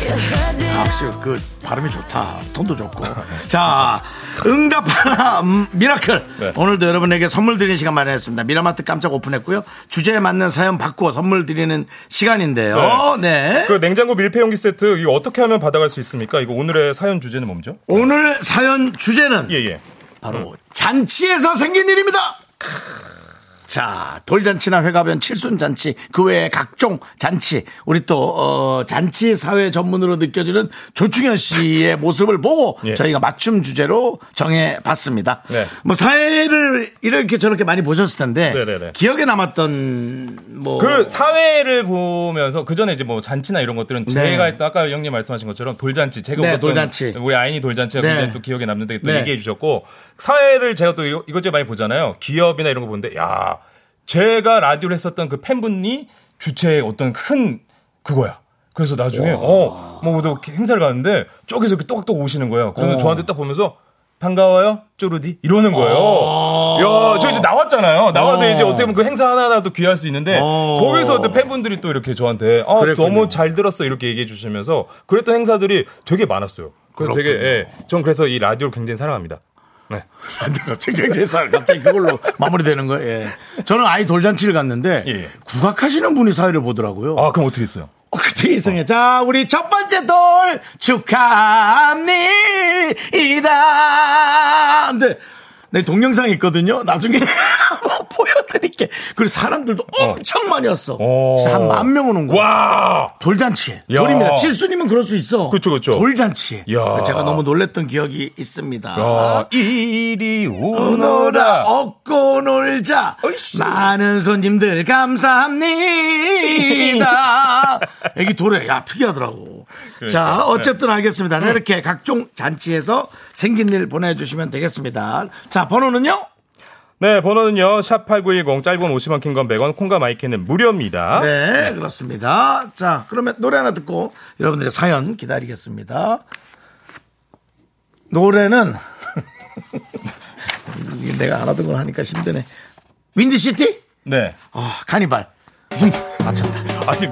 Speaker 4: You heard that
Speaker 1: 역시 그 발음이
Speaker 2: 아.
Speaker 1: 좋다. 톤도 좋고.
Speaker 2: 네,
Speaker 1: 자, 응답하라 음, 미라클.
Speaker 2: 네.
Speaker 1: 오늘도 여러분에게 선물 드리는 시간 마련했습니다. 미라마트 깜짝 오픈했고요. 주제에 맞는 사연 받고 선물 드리는 시간인데요. 네.
Speaker 2: 그 냉장고 밀폐용기 세트 이거 어떻게 하면 받아갈 수 있습니까? 이거 오늘의 사연 주제는 뭡죠?
Speaker 1: 오늘 사연 주제는
Speaker 2: 예, 예.
Speaker 1: 바로 잔치에서 생긴 일입니다. 자, 돌잔치나 회가변, 칠순잔치, 그 외에 각종 잔치, 우리 또, 어, 잔치 사회 전문으로 느껴지는 조충현 씨의 모습을 보고
Speaker 2: 예.
Speaker 1: 저희가 맞춤 주제로 정해봤습니다.
Speaker 2: 네.
Speaker 1: 뭐, 사회를 이렇게 저렇게 많이 보셨을 텐데,
Speaker 2: 네네네.
Speaker 1: 기억에 남았던, 뭐.
Speaker 2: 그 사회를 보면서 그 전에 이제 뭐 잔치나 이런 것들은 제가 했던 아까 형님 말씀하신 것처럼 돌잔치 제가
Speaker 1: 네,
Speaker 2: 웃었던
Speaker 1: 돌잔치.
Speaker 2: 우리 아인이 돌잔치가
Speaker 1: 네.
Speaker 2: 굉장히 또 기억에 남는데 또
Speaker 1: 네.
Speaker 2: 얘기해 주셨고 사회를 제가 또 이거- 이것저것 많이 보잖아요 기업이나 이런 거 보는데 야 제가 라디오를 했었던 그 팬분이 주최의 어떤 큰 그거야. 그래서 나중에 어뭐 또 행사를 가는데 저기서 이렇게 똑똑 오시는 거예요.
Speaker 1: 어.
Speaker 2: 그러면 저한테 딱 보면서 반가워요 쪼르디 이러는 거예요. 야저 이제 나왔잖아요. 나와서
Speaker 1: 어.
Speaker 2: 이제 어떻게 보면 그 행사 하나라도 귀할 수 있는데
Speaker 1: 어.
Speaker 2: 거기서 또 팬분들이 또 이렇게 저한테 아,
Speaker 1: 그랬군요.
Speaker 2: 너무 잘 들었어 이렇게 얘기해 주시면서 그랬던 행사들이 되게 많았어요. 그래서 되게
Speaker 1: 그렇군요.
Speaker 2: 예, 전 그래서 이 라디오를 굉장히 사랑합니다.
Speaker 1: 네. 갑자기 굉장히 사 갑자기 그걸로 마무리되는 거예요. 예. 저는 아이 돌잔치를 갔는데,
Speaker 2: 예.
Speaker 1: 국악하시는 분이 사회를 보더라고요.
Speaker 2: 아 그럼 어떻게 했어요?
Speaker 1: 어, 그때 이상해. 자, 우리 첫 번째 돌 축하합니다. 근데 내 동영상 있거든요. 나중에 한번 보여드릴게. 그리고 사람들도 엄청 많이 왔어.
Speaker 2: 어.
Speaker 1: 한만 명은 온 거야.
Speaker 2: 와.
Speaker 1: 돌잔치에.
Speaker 2: 야.
Speaker 1: 돌입니다. 칠수님은 그럴 수 있어.
Speaker 2: 그쵸, 그쵸.
Speaker 1: 돌잔치에.
Speaker 2: 야.
Speaker 1: 제가 너무 놀랬던 기억이 있습니다.
Speaker 2: 야, 이리
Speaker 1: 오너라 어.
Speaker 2: 오너라.
Speaker 1: 얻고 놀자
Speaker 2: 어이씨.
Speaker 1: 많은 손님들 감사합니다 애기 도래 야 특이하더라고 자 어쨌든 알겠습니다 자 이렇게 각종 잔치에서 생긴 일 보내주시면 되겠습니다 자 번호는요
Speaker 2: 네, 번호는요. 샵8910 짧은 50원 긴 건 100원 콩과 마이크는 무료입니다.
Speaker 1: 네 그렇습니다 자 그러면 노래 하나 듣고 여러분들의 사연 기다리겠습니다 노래는 이게 내가 안 하던 걸 하니까 힘드네 윈디시티
Speaker 2: 네.
Speaker 1: 아, 카니발. 맞췄다.
Speaker 2: 아니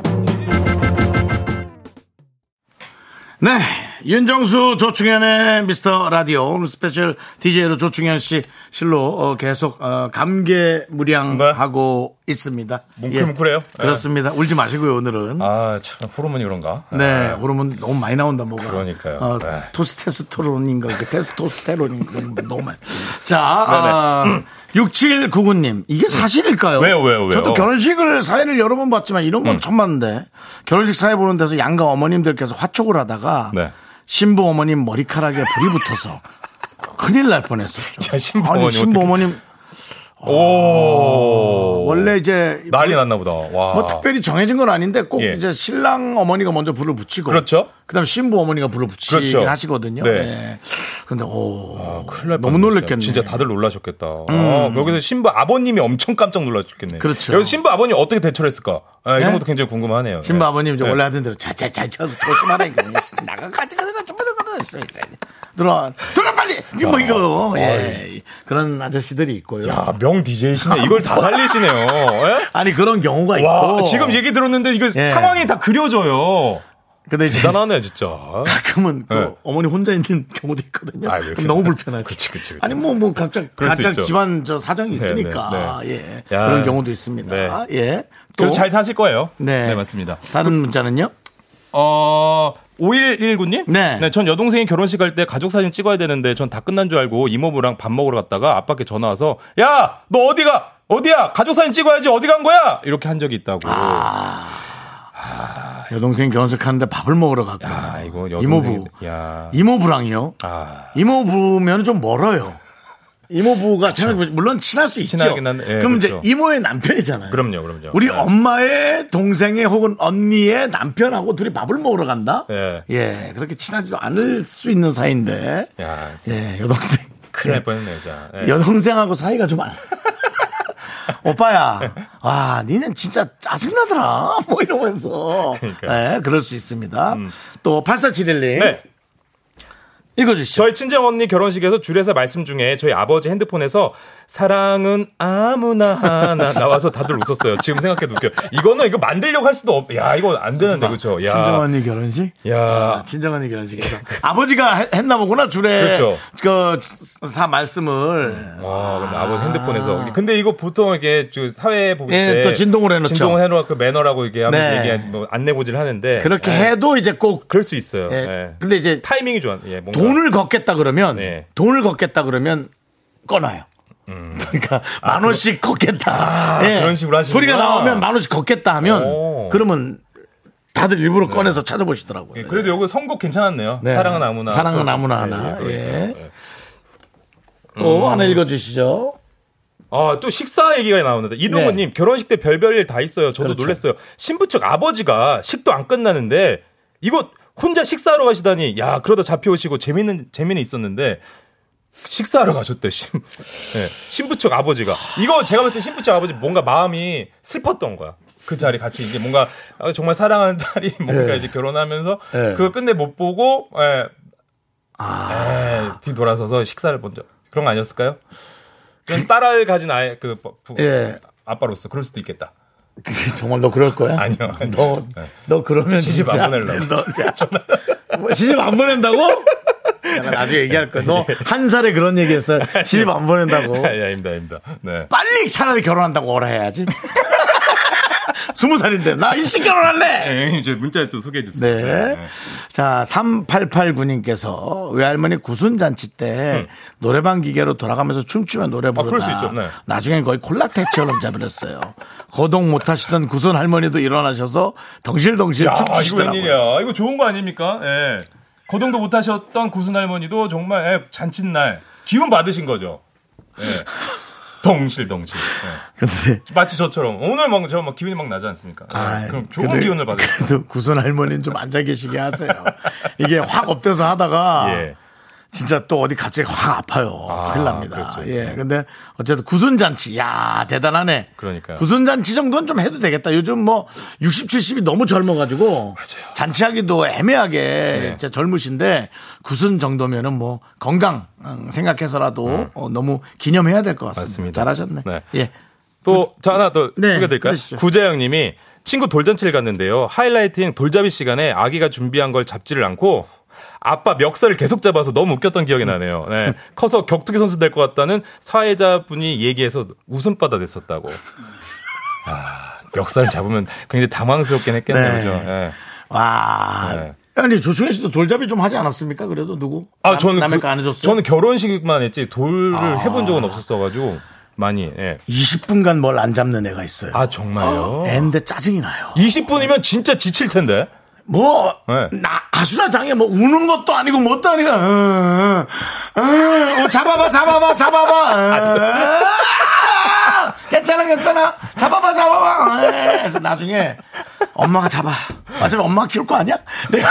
Speaker 1: 네. 윤정수 조충현의 미스터 라디오 오늘 스페셜 DJ로 조충현 씨 실로 어, 계속 어, 감개무량하고 있습니다.
Speaker 2: 뭉클뭉클해요?
Speaker 1: 예, 그렇습니다. 울지 마시고요 오늘은.
Speaker 2: 아, 참 호르몬이 그런가?
Speaker 1: 네, 호르몬 너무 많이 나온다 뭐가.
Speaker 2: 그러니까요.
Speaker 1: 어,
Speaker 2: 네.
Speaker 1: 토스테스토론인가 그 테스토스테론인가 너무 많이. 자,
Speaker 2: 네,
Speaker 1: 아, 6799님 이게 사실일까요?
Speaker 2: 왜요, 왜요, 왜요?
Speaker 1: 저도 결혼식을 사회를 여러 번 봤지만 이런 건 처음 봤는데 결혼식 사회 보는 데서 양가 어머님들께서 화촉을 하다가
Speaker 2: 네.
Speaker 1: 신부 어머님 머리카락에 불이 붙어서 큰일 날 뻔했었죠.
Speaker 2: 야, 신부
Speaker 1: 아니,
Speaker 2: 어머님
Speaker 1: 신부
Speaker 2: 어떡해.
Speaker 1: 어머님 아,
Speaker 2: 오.
Speaker 1: 원래 이제
Speaker 2: 난리 났나 보다. 와.
Speaker 1: 뭐 특별히 정해진 건 아닌데 꼭
Speaker 2: 아. 예.
Speaker 1: 이제 신랑 어머니가 먼저 불을 붙이고
Speaker 2: 그렇죠.
Speaker 1: 그다음 신부 어머니가 불을 붙이긴
Speaker 2: 그렇죠.
Speaker 1: 하시거든요.
Speaker 2: 네. 아,
Speaker 1: 네. 근데 오
Speaker 2: 큰일 날
Speaker 1: 너무
Speaker 2: 뻔했네,
Speaker 1: 놀랬겠네. 음.
Speaker 2: 진짜 다들 놀라셨겠다. 아, 여기서 신부 아버님이 엄청 깜짝 놀라셨겠네.
Speaker 1: 그렇죠.
Speaker 2: 여기서 신부 아버님 어떻게 대처를 했을까? 아, 이런
Speaker 1: 네?
Speaker 2: 것도 굉장히 궁금하네요. 네.
Speaker 1: 신부 아버님 저
Speaker 2: 네.
Speaker 1: 원래 하던 대로 자자자 저도 조심하라 이거 나가 가지고 내가 좀 들어가 있어 들어와 들어와 빨리 뭐 이거 예. 그런 아저씨들이 있고요.
Speaker 2: 아, 야, 명 DJ시네. 이걸 다 살리시네요. 예?
Speaker 1: 아니 그런 경우가
Speaker 2: 와,
Speaker 1: 있고
Speaker 2: 지금 얘기 들었는데 이거
Speaker 1: 예.
Speaker 2: 상황이 다 그려져요.
Speaker 1: 근데 이제
Speaker 2: 대단하네, 진짜.
Speaker 1: 가끔은 그
Speaker 2: 네.
Speaker 1: 어머니 혼자 있는 경우도 있거든요.
Speaker 2: 아, 왜
Speaker 1: 그럼
Speaker 2: 그래?
Speaker 1: 너무 불편하죠.
Speaker 2: 그치, 그치, 그치.
Speaker 1: 아니 뭐 뭐 각자
Speaker 2: 그렇죠. 그럴 수
Speaker 1: 각자
Speaker 2: 있죠.
Speaker 1: 집안 저
Speaker 2: 네,
Speaker 1: 사정이
Speaker 2: 네,
Speaker 1: 있으니까
Speaker 2: 네.
Speaker 1: 예
Speaker 2: 야. 네.
Speaker 1: 그런 경우도 있습니다. 예. 또
Speaker 2: 그래서 잘 사실 거예요. 네 맞습니다.
Speaker 1: 다른 문자는요?
Speaker 2: 어, 5119님?
Speaker 1: 네.
Speaker 2: 전 여동생이 결혼식 갈 때 가족 사진 찍어야 되는데 전 다 끝난 줄 알고 이모부랑 밥 먹으러 갔다가 아빠께 전화 와서 야, 너 어디가? 어디야? 가족 사진 찍어야지. 어디 간 거야? 이렇게 한 적이 있다고.
Speaker 1: 아, 여동생 결혼식 하는데 밥을 먹으러 갔고
Speaker 2: 야, 이거 여동생이-
Speaker 1: 이모부
Speaker 2: 야.
Speaker 1: 이모부랑요.
Speaker 2: 아.
Speaker 1: 이모부면 좀 멀어요. 이모부가 생각해보지- 물론 친할 수 있죠.
Speaker 2: 친하긴 한데, 예,
Speaker 1: 그럼
Speaker 2: 그렇죠.
Speaker 1: 이제 이모의 남편이잖아요.
Speaker 2: 그럼요, 그럼요.
Speaker 1: 우리
Speaker 2: 네.
Speaker 1: 엄마의 동생의 혹은 언니의 남편하고 둘이 밥을 먹으러 간다.
Speaker 2: 예.
Speaker 1: 예, 그렇게 친하지도 않을 수 있는 사이인데.
Speaker 2: 야,
Speaker 1: 예, 여동생.
Speaker 2: 큰일 날 뻔했네, 진짜. 예.
Speaker 1: 여동생하고 사이가 좀 안. 오빠야, 와, 니는 진짜 짜증나더라. 뭐 이러면서.
Speaker 2: 그러니까요. 음.
Speaker 1: 예, 그럴 수 있습니다. 또, 8471님.
Speaker 2: 네.
Speaker 1: 읽어주시죠.
Speaker 2: 저희 친정 언니 결혼식에서 줄에서 말씀 중에 저희 아버지 핸드폰에서 사랑은 아무나 하나 나와서 다들 웃었어요. 지금 생각해도 웃겨. 이거는 이거 만들려고 할 수도 없. 야, 이거 안 되는데 그렇죠. 야.
Speaker 1: 친정언니 결혼식?
Speaker 2: 야.
Speaker 1: 친정언니 결혼식에서. 아버지가 했- 했나 보구나, 줄에.
Speaker 2: 그렇죠.
Speaker 1: 그, 사 말씀을.
Speaker 2: 아, 근데 아버지 핸드폰에서. 근데 이거 보통 이게 저 사회 보기
Speaker 1: 예,
Speaker 2: 때.
Speaker 1: 또 진동을 해놓죠.
Speaker 2: 진동을 해놓고 그 매너라고 이게 하면서
Speaker 1: 네.
Speaker 2: 이게 뭐 안내보질 하는데.
Speaker 1: 그렇게
Speaker 2: 예,
Speaker 1: 해도 이제 꼭.
Speaker 2: 그럴 수 있어요.
Speaker 1: 예.
Speaker 2: 예.
Speaker 1: 근데 이제
Speaker 2: 타이밍이 좋아. 예, 뭔가.
Speaker 1: 돈을 걷겠다 그러면
Speaker 2: 네.
Speaker 1: 돈을 걷겠다 그러면 꺼놔요.
Speaker 2: 음.
Speaker 1: 그러니까 만 원씩 걷겠다. 예.
Speaker 2: 아, 그런 식으로 하시는구나.
Speaker 1: 소리가 나오면 만 원씩 걷겠다 하면
Speaker 2: 오. 네.
Speaker 1: 그러면 다들 일부러 꺼내서 찾아보시더라고요.
Speaker 2: 예, 그래도 여기 선곡 괜찮았네요.
Speaker 1: 네.
Speaker 2: 사랑은 아무나.
Speaker 1: 사랑은 아무나 하나.
Speaker 2: 예,
Speaker 1: 예.
Speaker 2: 그러니까요. 예. 음.
Speaker 1: 또 하나 읽어주시죠.
Speaker 2: 아, 또 식사 얘기가 나오는데 이동훈님
Speaker 1: 네.
Speaker 2: 결혼식 때 별별 일 다 있어요. 저도
Speaker 1: 그렇죠.
Speaker 2: 놀랐어요. 신부 측 아버지가 식도 안 끝나는데 이거 혼자 식사하러 가시다니 야 그러다 잡혀오시고 재미는 재미는 있었는데 식사하러 가셨대 신 예, 신부 측 아버지가 이거 제가 봤을 때 신부 측 아버지 뭔가 마음이 슬펐던 거야. 그 자리 같이 이제 뭔가 아, 정말 사랑하는 딸이 뭔가 이제 결혼하면서
Speaker 1: 예. 아.
Speaker 2: 그거 끝내 못 보고 예, 예, 뒤돌아서서 식사를 먼저 그런 거 아니었을까요? 그럼 딸을 가진 아예 그 부- 부-
Speaker 1: 예.
Speaker 2: 아빠로서 그럴 수도 있겠다.
Speaker 1: 정말 너 그럴 거야?
Speaker 2: 아니요.
Speaker 1: 너,
Speaker 2: 네.
Speaker 1: 너 그러면
Speaker 2: 시집
Speaker 1: 진짜
Speaker 2: 안 보내려고.
Speaker 1: 너, 야, 뭐, 시집 안 보낸다고? 내가 나중에 얘기할 거야. 너 한 살에 그런 얘기했어. 시집 안 보낸다고.
Speaker 2: 예, 아, 예, 아닙니다, 아닙니다. 네.
Speaker 1: 빨리 차라리 결혼한다고 오라 해야지. 스무 살인데 나 일찍 결혼할래.
Speaker 2: 네, 이제 문자 또 소개해 주세요.
Speaker 1: 아. 네. 자, 3889님께서 외할머니 구순잔치 때 노래방 기계로 돌아가면서 춤추며 노래
Speaker 2: 음. 그럴
Speaker 1: 부르다
Speaker 2: 수 있죠. 네.
Speaker 1: 나중엔 거의 콜라텍처럼 잡혀버렸어요. 거동 못하시던 구순 할머니도 일어나셔서 덩실덩실
Speaker 2: 야, 아, 이거
Speaker 1: 춤추시더라고요.
Speaker 2: 웬일이야. 이거 좋은 거 아닙니까? 예. 거동도 못 하셨던 구순 할머니도 정말 예, 잔칫날 기운 받으신 거죠. 예. 동실동실. 예.
Speaker 1: 근데
Speaker 2: 마치 저처럼 오늘 막 저 막 기운이 막 나지 않습니까? 예.
Speaker 1: 아이,
Speaker 2: 그럼 좋은
Speaker 1: 근데
Speaker 2: 기운을 받으세요.
Speaker 1: 그래도 구순 할머니는 좀 앉아 계시게 하세요. 이게 확 엎드려서 하다가
Speaker 2: 예.
Speaker 1: 진짜 또 어디 갑자기 확 아파요. 큰일 납니다.
Speaker 2: 그렇죠.
Speaker 1: 예. 근데 어쨌든 구순잔치. 야 대단하네.
Speaker 2: 그러니까요.
Speaker 1: 구순잔치 정도는 좀 해도 되겠다. 요즘 뭐 60, 70이 너무 젊어가지고. 잔치하기도 애매하게
Speaker 2: 네.
Speaker 1: 진짜 젊으신데 구순 정도면은 뭐 건강 음, 생각해서라도 어, 너무 기념해야 될 것 같습니다.
Speaker 2: 맞습니다.
Speaker 1: 잘하셨네.
Speaker 2: 네.
Speaker 1: 예.
Speaker 2: 또, 저 하나 더
Speaker 1: 네,
Speaker 2: 소개드릴까요?
Speaker 1: 그러시죠.
Speaker 2: 구재영 님이 친구 돌잔치를 갔는데요. 하이라이팅 돌잡이 시간에 아기가 준비한 걸 잡지를 않고 아빠 멱살을 계속 잡아서 너무 웃겼던 기억이 나네요. 네. 커서 격투기 선수 될 것 같다는 사회자분이 얘기해서 웃음바다 됐었다고. 아, 멱살을 잡으면 굉장히 당황스럽긴 했겠네요.
Speaker 1: 네.
Speaker 2: 그죠? 예.
Speaker 1: 와.
Speaker 2: 네.
Speaker 1: 아니 조충현 씨도 돌잡이 좀 하지 않았습니까? 그래도 누구?
Speaker 2: 아,
Speaker 1: 남-
Speaker 2: 저는
Speaker 1: 남의
Speaker 2: 그-
Speaker 1: 거 안 해줬어요. 아.
Speaker 2: 저는 결혼식만 했지 돌을 해본 적은 없었어가지고 많이. 예.
Speaker 1: 20분간 뭘 안 잡는 애가 있어요.
Speaker 2: 아 정말요?
Speaker 1: 애인데 짜증이 나요.
Speaker 2: 20분이면 진짜 지칠 텐데.
Speaker 1: 뭐,
Speaker 2: 네.
Speaker 1: 나, 아수라 장에 뭐 우는 것도 아니고 뭣도 아니고, 어, 어, 어, 어, 잡아봐, 잡아봐, 잡아봐. 어, 아, 괜찮아, 괜찮아. 잡아봐, 잡아봐. 어, 그래서 나중에 엄마가 잡아. 어차피 엄마가 키울 거 아니야? 내가.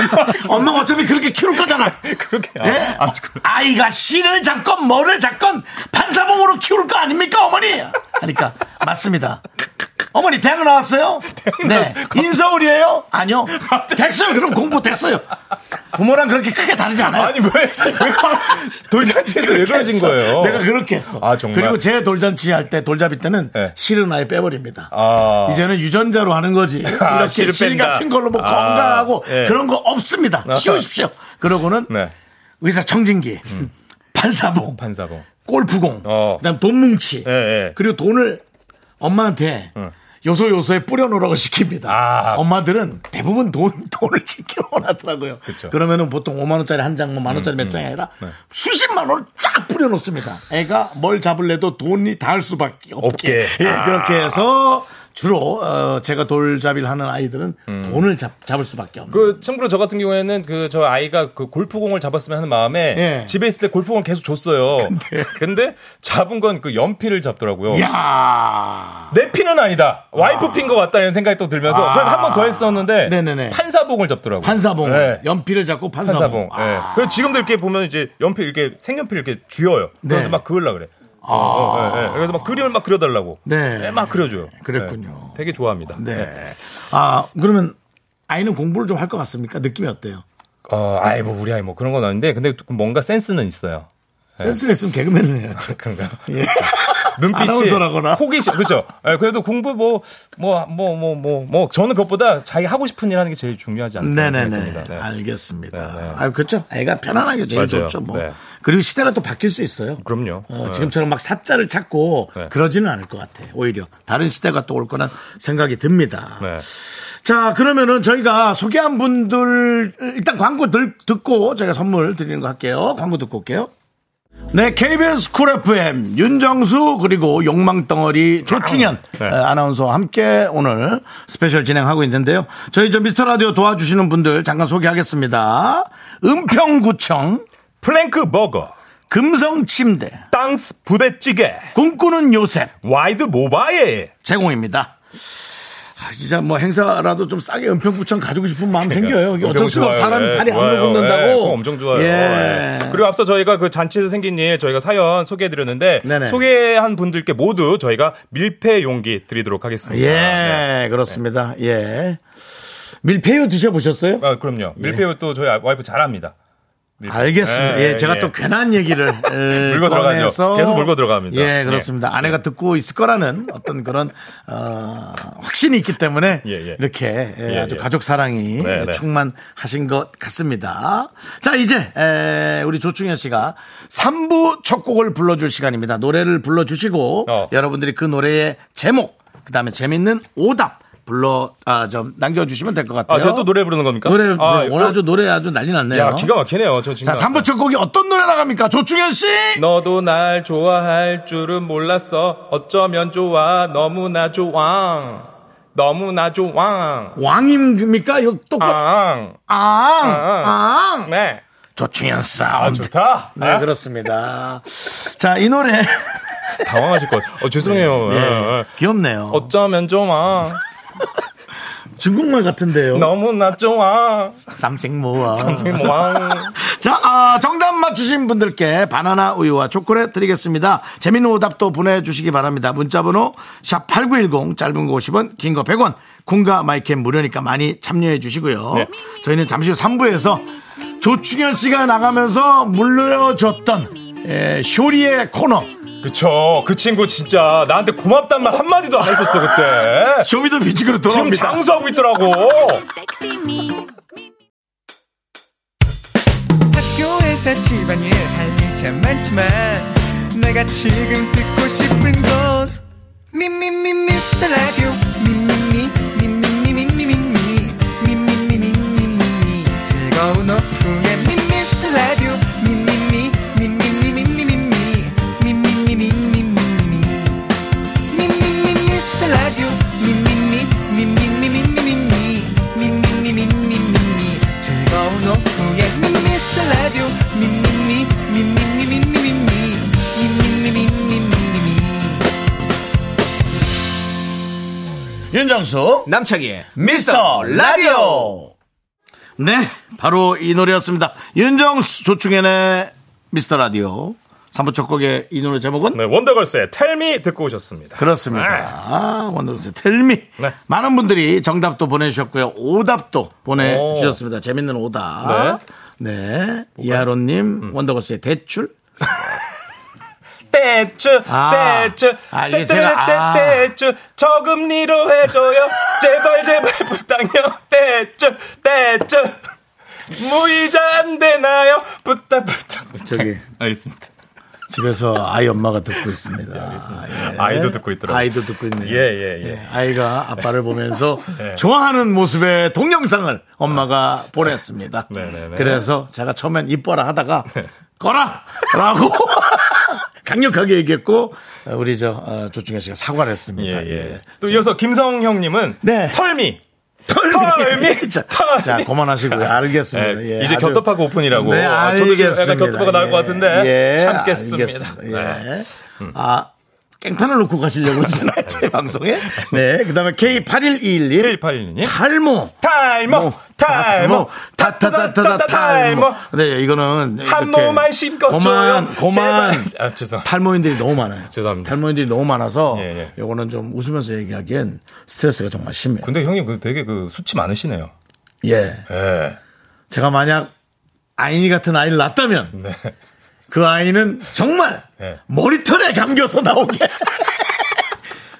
Speaker 1: 엄마가 어차피 그렇게 키울 거잖아.
Speaker 2: 그렇게. 아,
Speaker 1: 예?
Speaker 2: 아, 그렇-
Speaker 1: 아이가 씨를 잡건 뭐를 잡건 판사봉으로 키울 거 아닙니까 어머니? 하니까 맞습니다. 어머니 대학 나왔어요? 네. 인서울이에요? 아니요. 됐어요. 그럼 공부 됐어요. 부모랑 그렇게 크게 다르지 않아요.
Speaker 2: 아니 왜, 왜 돌잔치에서 왜 그러신 거예요?
Speaker 1: 내가 그렇게 했어.
Speaker 2: 아, 정말?
Speaker 1: 그리고 제 돌잔치 할 때 돌잡이 때는
Speaker 2: 네.
Speaker 1: 실은 아예 빼버립니다.
Speaker 2: 아.
Speaker 1: 이제는 유전자로 하는 거지. 이렇게
Speaker 2: 실을
Speaker 1: 실
Speaker 2: 뺀다.
Speaker 1: 같은 걸로 뭐
Speaker 2: 아,
Speaker 1: 건강하고
Speaker 2: 예.
Speaker 1: 그런 거 없습니다. 치우십시오. 그러고는
Speaker 2: 네. 음.
Speaker 1: 의사 청진기, 판사봉,
Speaker 2: 판사봉.
Speaker 1: 골프공,
Speaker 2: 어.
Speaker 1: 그다음 돈 뭉치,
Speaker 2: 예, 예.
Speaker 1: 그리고 돈을 엄마한테 요소 요소에 뿌려놓으라고 시킵니다.
Speaker 2: 아.
Speaker 1: 엄마들은 대부분 돈 돈을 지켜 원하더라고요.
Speaker 2: 그쵸. 음, 네.
Speaker 1: 그러면은 보통 5만 원짜리 한 장, 뭐만 원짜리 몇 장이 아니라 수십만 원을 쫙 뿌려놓습니다. 애가 뭘 잡을래도 돈이 닿을 수밖에 없게.
Speaker 2: 없게. 아.
Speaker 1: 예, 그렇게 해서. 주로 어, 제가 돌잡이를 하는 아이들은 돈을 잡, 잡을 수밖에
Speaker 2: 음.
Speaker 1: 없는
Speaker 2: 그 참고로 저 같은 경우에는 그 저 아이가 그 골프공을 잡았으면 하는 마음에
Speaker 1: 예.
Speaker 2: 집에 있을 때 골프공을 계속 줬어요. 근데, 잡은 건 그 연필을 잡더라고요.
Speaker 1: 야
Speaker 2: 내 피는 아니다. 와이프 핀 것 같다 이런 생각이 또 들면서
Speaker 1: 아.
Speaker 2: 그럼 한 번 더 했었는데
Speaker 1: 네네네.
Speaker 2: 판사봉을 잡더라고요.
Speaker 1: 판사봉
Speaker 2: 네.
Speaker 1: 연필을 잡고
Speaker 2: 판사봉.
Speaker 1: 판사봉,
Speaker 2: 예.
Speaker 1: 아.
Speaker 2: 그래서 지금도 이렇게 보면 이제 연필 이렇게 생연필 이렇게 쥐어요. 그래서
Speaker 1: 네.
Speaker 2: 막 그을라 그래. 어, 예, 예. 그래서 막 그림을 막 그려달라고.
Speaker 1: 아. 네.
Speaker 2: 예, 막 그려줘요.
Speaker 1: 그랬군요.
Speaker 2: 예. 되게 좋아합니다.
Speaker 1: 네. 아, 그러면 아이는 공부를 좀 할 것 같습니까? 느낌이 어때요?
Speaker 2: 어, 아이 뭐 우리 아이 뭐 그런 건 아닌데 근데 좀 뭔가 센스는 있어요. 네.
Speaker 1: 센스가 있으면 개그맨을 해야죠.
Speaker 2: 그런가?
Speaker 1: 예.
Speaker 2: 눈빛이
Speaker 1: 아나운서라거나.
Speaker 2: 호기심 그렇죠. 예, 그래도 공부 뭐 뭐 뭐 뭐 뭐 뭐 저는 그것보다 자기 하고 싶은 일 하는 게 제일 중요하지 않나
Speaker 1: 네네네. 아.
Speaker 2: 생각합니다. 네.
Speaker 1: 알겠습니다.
Speaker 2: 네, 네.
Speaker 1: 아, 그렇죠. 애가 편안하게 제일
Speaker 2: 맞아요.
Speaker 1: 좋죠. 뭐.
Speaker 2: 네.
Speaker 1: 그리고 시대가 또 바뀔 수 있어요.
Speaker 2: 그럼요.
Speaker 1: 어,
Speaker 2: 네.
Speaker 1: 지금처럼 막 사자를 찾고
Speaker 2: 네.
Speaker 1: 그러지는 않을 것 같아요. 오히려 다른 시대가 또 올 거란 생각이 듭니다.
Speaker 2: 네.
Speaker 1: 자, 그러면은 저희가 소개한 분들 일단 광고 들, 듣고 저희가 선물 드리는 거 할게요. 광고 듣고 올게요. 네, KBS 쿨 FM 윤정수 그리고 욕망덩어리 조충현
Speaker 2: 네.
Speaker 1: 에, 아나운서와 함께 오늘 스페셜 진행하고 있는데요. 저희 저 미스터 라디오 도와주시는 분들 잠깐 소개하겠습니다. 은평구청
Speaker 2: 플랭크 버거,
Speaker 1: 금성침대
Speaker 2: 땅스 부대찌개,
Speaker 1: 꿈꾸는 요셉
Speaker 2: 와이드 모바일.
Speaker 1: 제공입니다. 아, 진짜 뭐 행사라도 좀 싸게 은평구청 가지고 싶은 마음 생겨요. 이게 어쩔
Speaker 2: 엄청
Speaker 1: 수가 없어.
Speaker 2: 좋아요.
Speaker 1: 사람
Speaker 2: 예,
Speaker 1: 발이 안
Speaker 2: 그러니까. 좋아요.
Speaker 1: 녹는다고.
Speaker 2: 예, 그거 엄청 좋아요.
Speaker 1: 예.
Speaker 2: 예. 그리고 앞서 저희가 그 잔치에서 생긴 일 저희가 사연 소개해드렸는데
Speaker 1: 네네.
Speaker 2: 소개한 분들께 모두 저희가 밀폐 용기 드리도록 하겠습니다. 네.
Speaker 1: 예, 그렇습니다. 예. 밀푀유 드셔보셨어요?
Speaker 2: 아, 그럼요. 밀폐 또 저희 와이프 잘합니다. 밀푀유.
Speaker 1: 예. 알겠습니다. 예, 제가
Speaker 2: 예.
Speaker 1: 또 괜한 얘기를 에,
Speaker 2: 물고 들어가죠.
Speaker 1: 꺼내서
Speaker 2: 계속 물고 들어갑니다.
Speaker 1: 예, 그렇습니다. 아내가 듣고 있을 거라는 어떤 그런 어, 확신이 있기 때문에
Speaker 2: 예, 예.
Speaker 1: 이렇게 예,
Speaker 2: 예,
Speaker 1: 아주
Speaker 2: 예.
Speaker 1: 가족 사랑이
Speaker 2: 네, 네.
Speaker 1: 충만하신 것 같습니다. 자, 이제 에, 우리 조충현 씨가 3부 첫 곡을 불러줄 시간입니다. 노래를 불러주시고
Speaker 2: 어.
Speaker 1: 여러분들이 그 노래의 제목 그다음에 재밌는 오답 불러 아, 좀 남겨주시면 될 것 같아요.
Speaker 2: 아, 제가 또 노래 부르는 겁니까?
Speaker 1: 노래
Speaker 2: 아,
Speaker 1: 네, 오늘 아주 노래 아주 난리 났네요.
Speaker 2: 야, 기가 막히네요. 저 지금.
Speaker 1: 자, 3부 첫 곡이 어떤 노래 나갑니까? 조충현 씨.
Speaker 2: 너도 날 좋아할 줄은 몰랐어. 어쩌면 좋아. 너무나 좋아. 너무나 좋아.
Speaker 1: 왕입니까? 이거 똑같.
Speaker 2: 앙.
Speaker 1: 아, 아,
Speaker 2: 앙. 네.
Speaker 1: 조충현
Speaker 2: 아,
Speaker 1: 사운드.
Speaker 2: 좋다.
Speaker 1: 네, 그렇습니다. 자, 이 노래
Speaker 2: 당황하실 것 같아요. 어, 죄송해요.
Speaker 1: 네,
Speaker 2: 예, 예.
Speaker 1: 귀엽네요.
Speaker 2: 어쩌면 좋아.
Speaker 1: 중국말 같은데요.
Speaker 2: 너무나 네, 좋아.
Speaker 1: 쌈생 모아.
Speaker 2: 뭐 왕.
Speaker 1: 자, 아, 정답 맞추신 분들께 바나나 우유와 초콜릿 드리겠습니다. 재밌는 오답도 보내주시기 바랍니다. 문자번호 샵8910 짧은 거 50원, 긴 거 100원, 콩과 마이캠 무료니까 많이 참여해 주시고요. 저희는 잠시 후 3부에서 조충현 씨가 나가면서 물려줬던 에, 쇼리의 코너
Speaker 2: 그쵸. 그 친구 진짜 나한테 고맙단 말 한마디도 안 했었어, 그때.
Speaker 1: 쇼미더 뮤직으로
Speaker 2: 지금
Speaker 1: 돌아옵니다.
Speaker 2: 장수하고 있더라고.
Speaker 4: Sexy me.
Speaker 6: 학교에서 집안일 할 일 참 많지만 내가 지금 듣고 싶은 건 미미미 미스터 라디오 미미미 미미미 미미미 미미미 미미미 즐거운 오후에 미스터 라디오 미미미 미미미 미미미 미미미 미미미
Speaker 1: 윤정수 남창희의 미스터 라디오 네 바로 이 노래였습니다 윤정수 조충현의 미스터 라디오 3부 첫 곡의 이 노래 제목은
Speaker 2: 네, 원더걸스의 텔미 듣고 오셨습니다.
Speaker 1: 네. 그렇습니다 아, 원더로스의 텔미
Speaker 2: 네.
Speaker 1: 많은 분들이 정답도 보내주셨고요 오답도 보내주셨습니다 재밌는 오답 네, 음. 이하로님 원더걸스의 대출
Speaker 2: 떼쭈,
Speaker 1: 아.
Speaker 2: 떼쭈,
Speaker 1: 아, 이게 제가, 아.
Speaker 2: 떼떼떼떼쭈, 저금리로 해줘요. 제발, 제발 부탁요. 떼쭈, 떼쭈. 무이자 안 되나요? 부탁, 부탁, 부탁.
Speaker 1: 저기.
Speaker 2: 알겠습니다.
Speaker 1: 집에서 아이 엄마가 듣고 있습니다. 예.
Speaker 2: 네, 아이도 듣고 있더라고요.
Speaker 1: 아이도 듣고
Speaker 2: 예,
Speaker 1: 있네요.
Speaker 2: 예, 네. 예.
Speaker 1: 아이가 아빠를 보면서 좋아하는 모습의 동영상을 엄마가 보냈습니다.
Speaker 2: 네, 네, 네.
Speaker 1: 그래서 제가 처음엔 이뻐라 하다가 꺼라! 라고 강력하게 얘기했고 어, 우리 저 어, 조충현 씨가 사과를
Speaker 2: 예,
Speaker 1: 했습니다.
Speaker 2: 예. 또 이어서 김성형님은
Speaker 1: 네.
Speaker 2: 털미.
Speaker 1: 털미.
Speaker 2: 털미.
Speaker 1: 자,
Speaker 2: 털미.
Speaker 1: 자, 그만하시고요. 알겠습니다.
Speaker 2: 예,
Speaker 1: 예,
Speaker 2: 이제
Speaker 1: 아주-
Speaker 2: 겹떡파고 오픈이라고.
Speaker 1: 네,
Speaker 2: 아, 저도 지금
Speaker 1: 알겠습니다. 예,
Speaker 2: 약간 겹떡파가 나올 것 같은데 참겠습니다. 네. 음.
Speaker 1: 알겠습니다. 예. 아, 깽판을 놓고 가시려고 그러잖아요. 저희 방송에. 네, 그 다음에 K8121님.
Speaker 2: 1181님.
Speaker 1: 탈모. 뭐,
Speaker 2: 탈모, 탈모,
Speaker 1: 타타타타타
Speaker 2: 타타타타타
Speaker 1: 탈모.
Speaker 2: 탈모.
Speaker 1: 네, 이거는.
Speaker 2: 한
Speaker 1: 이렇게
Speaker 2: 모만 심껏
Speaker 1: 고만,
Speaker 2: 줘요.
Speaker 1: 고만.
Speaker 2: 제발. 아, 죄송.
Speaker 1: 탈모인들이 너무 많아요.
Speaker 2: 죄송합니다.
Speaker 1: 탈모인들이 너무 많아서
Speaker 2: 예, 예.
Speaker 1: 요거는 좀 웃으면서 얘기하기엔 스트레스가 정말 심해요.
Speaker 2: 근데 형님 그 되게 그 수치 많으시네요.
Speaker 1: 예.
Speaker 2: 예.
Speaker 1: 제가 만약 아이니 같은 아이를 낳았다면
Speaker 2: 네.
Speaker 1: 그 아이는 정말
Speaker 2: 네.
Speaker 1: 머리털에 감겨서 나오게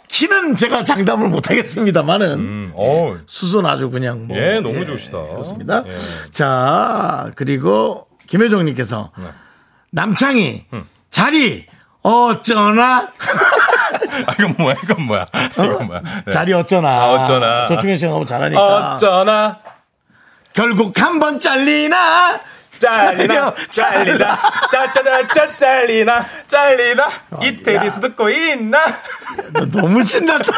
Speaker 1: 키는 제가 장담을 못하겠습니다만은
Speaker 2: 음, 어우.
Speaker 1: 수순 아주 그냥 뭐
Speaker 2: 예, 너무 좋으시다.
Speaker 1: 그렇습니다.
Speaker 2: 예.
Speaker 1: 자 그리고 김혜정님께서
Speaker 2: 네.
Speaker 1: 남창이
Speaker 2: 음.
Speaker 1: 자리 어쩌나
Speaker 2: 아, 이건 뭐야, 이건 뭐야.
Speaker 1: 어?
Speaker 2: 이건 뭐야. 네.
Speaker 1: 자리 어쩌나
Speaker 2: 아, 어쩌나.
Speaker 1: 조충현 씨가 너무 잘하니까
Speaker 2: 어쩌나,
Speaker 1: 결국 한 번 잘리나
Speaker 2: 잘리나, 잘리다, 짜짜짜짜, 잘리나, 잘리나,
Speaker 1: 어,
Speaker 2: 이태리스 듣고 있나?
Speaker 1: 너 너무 신났다.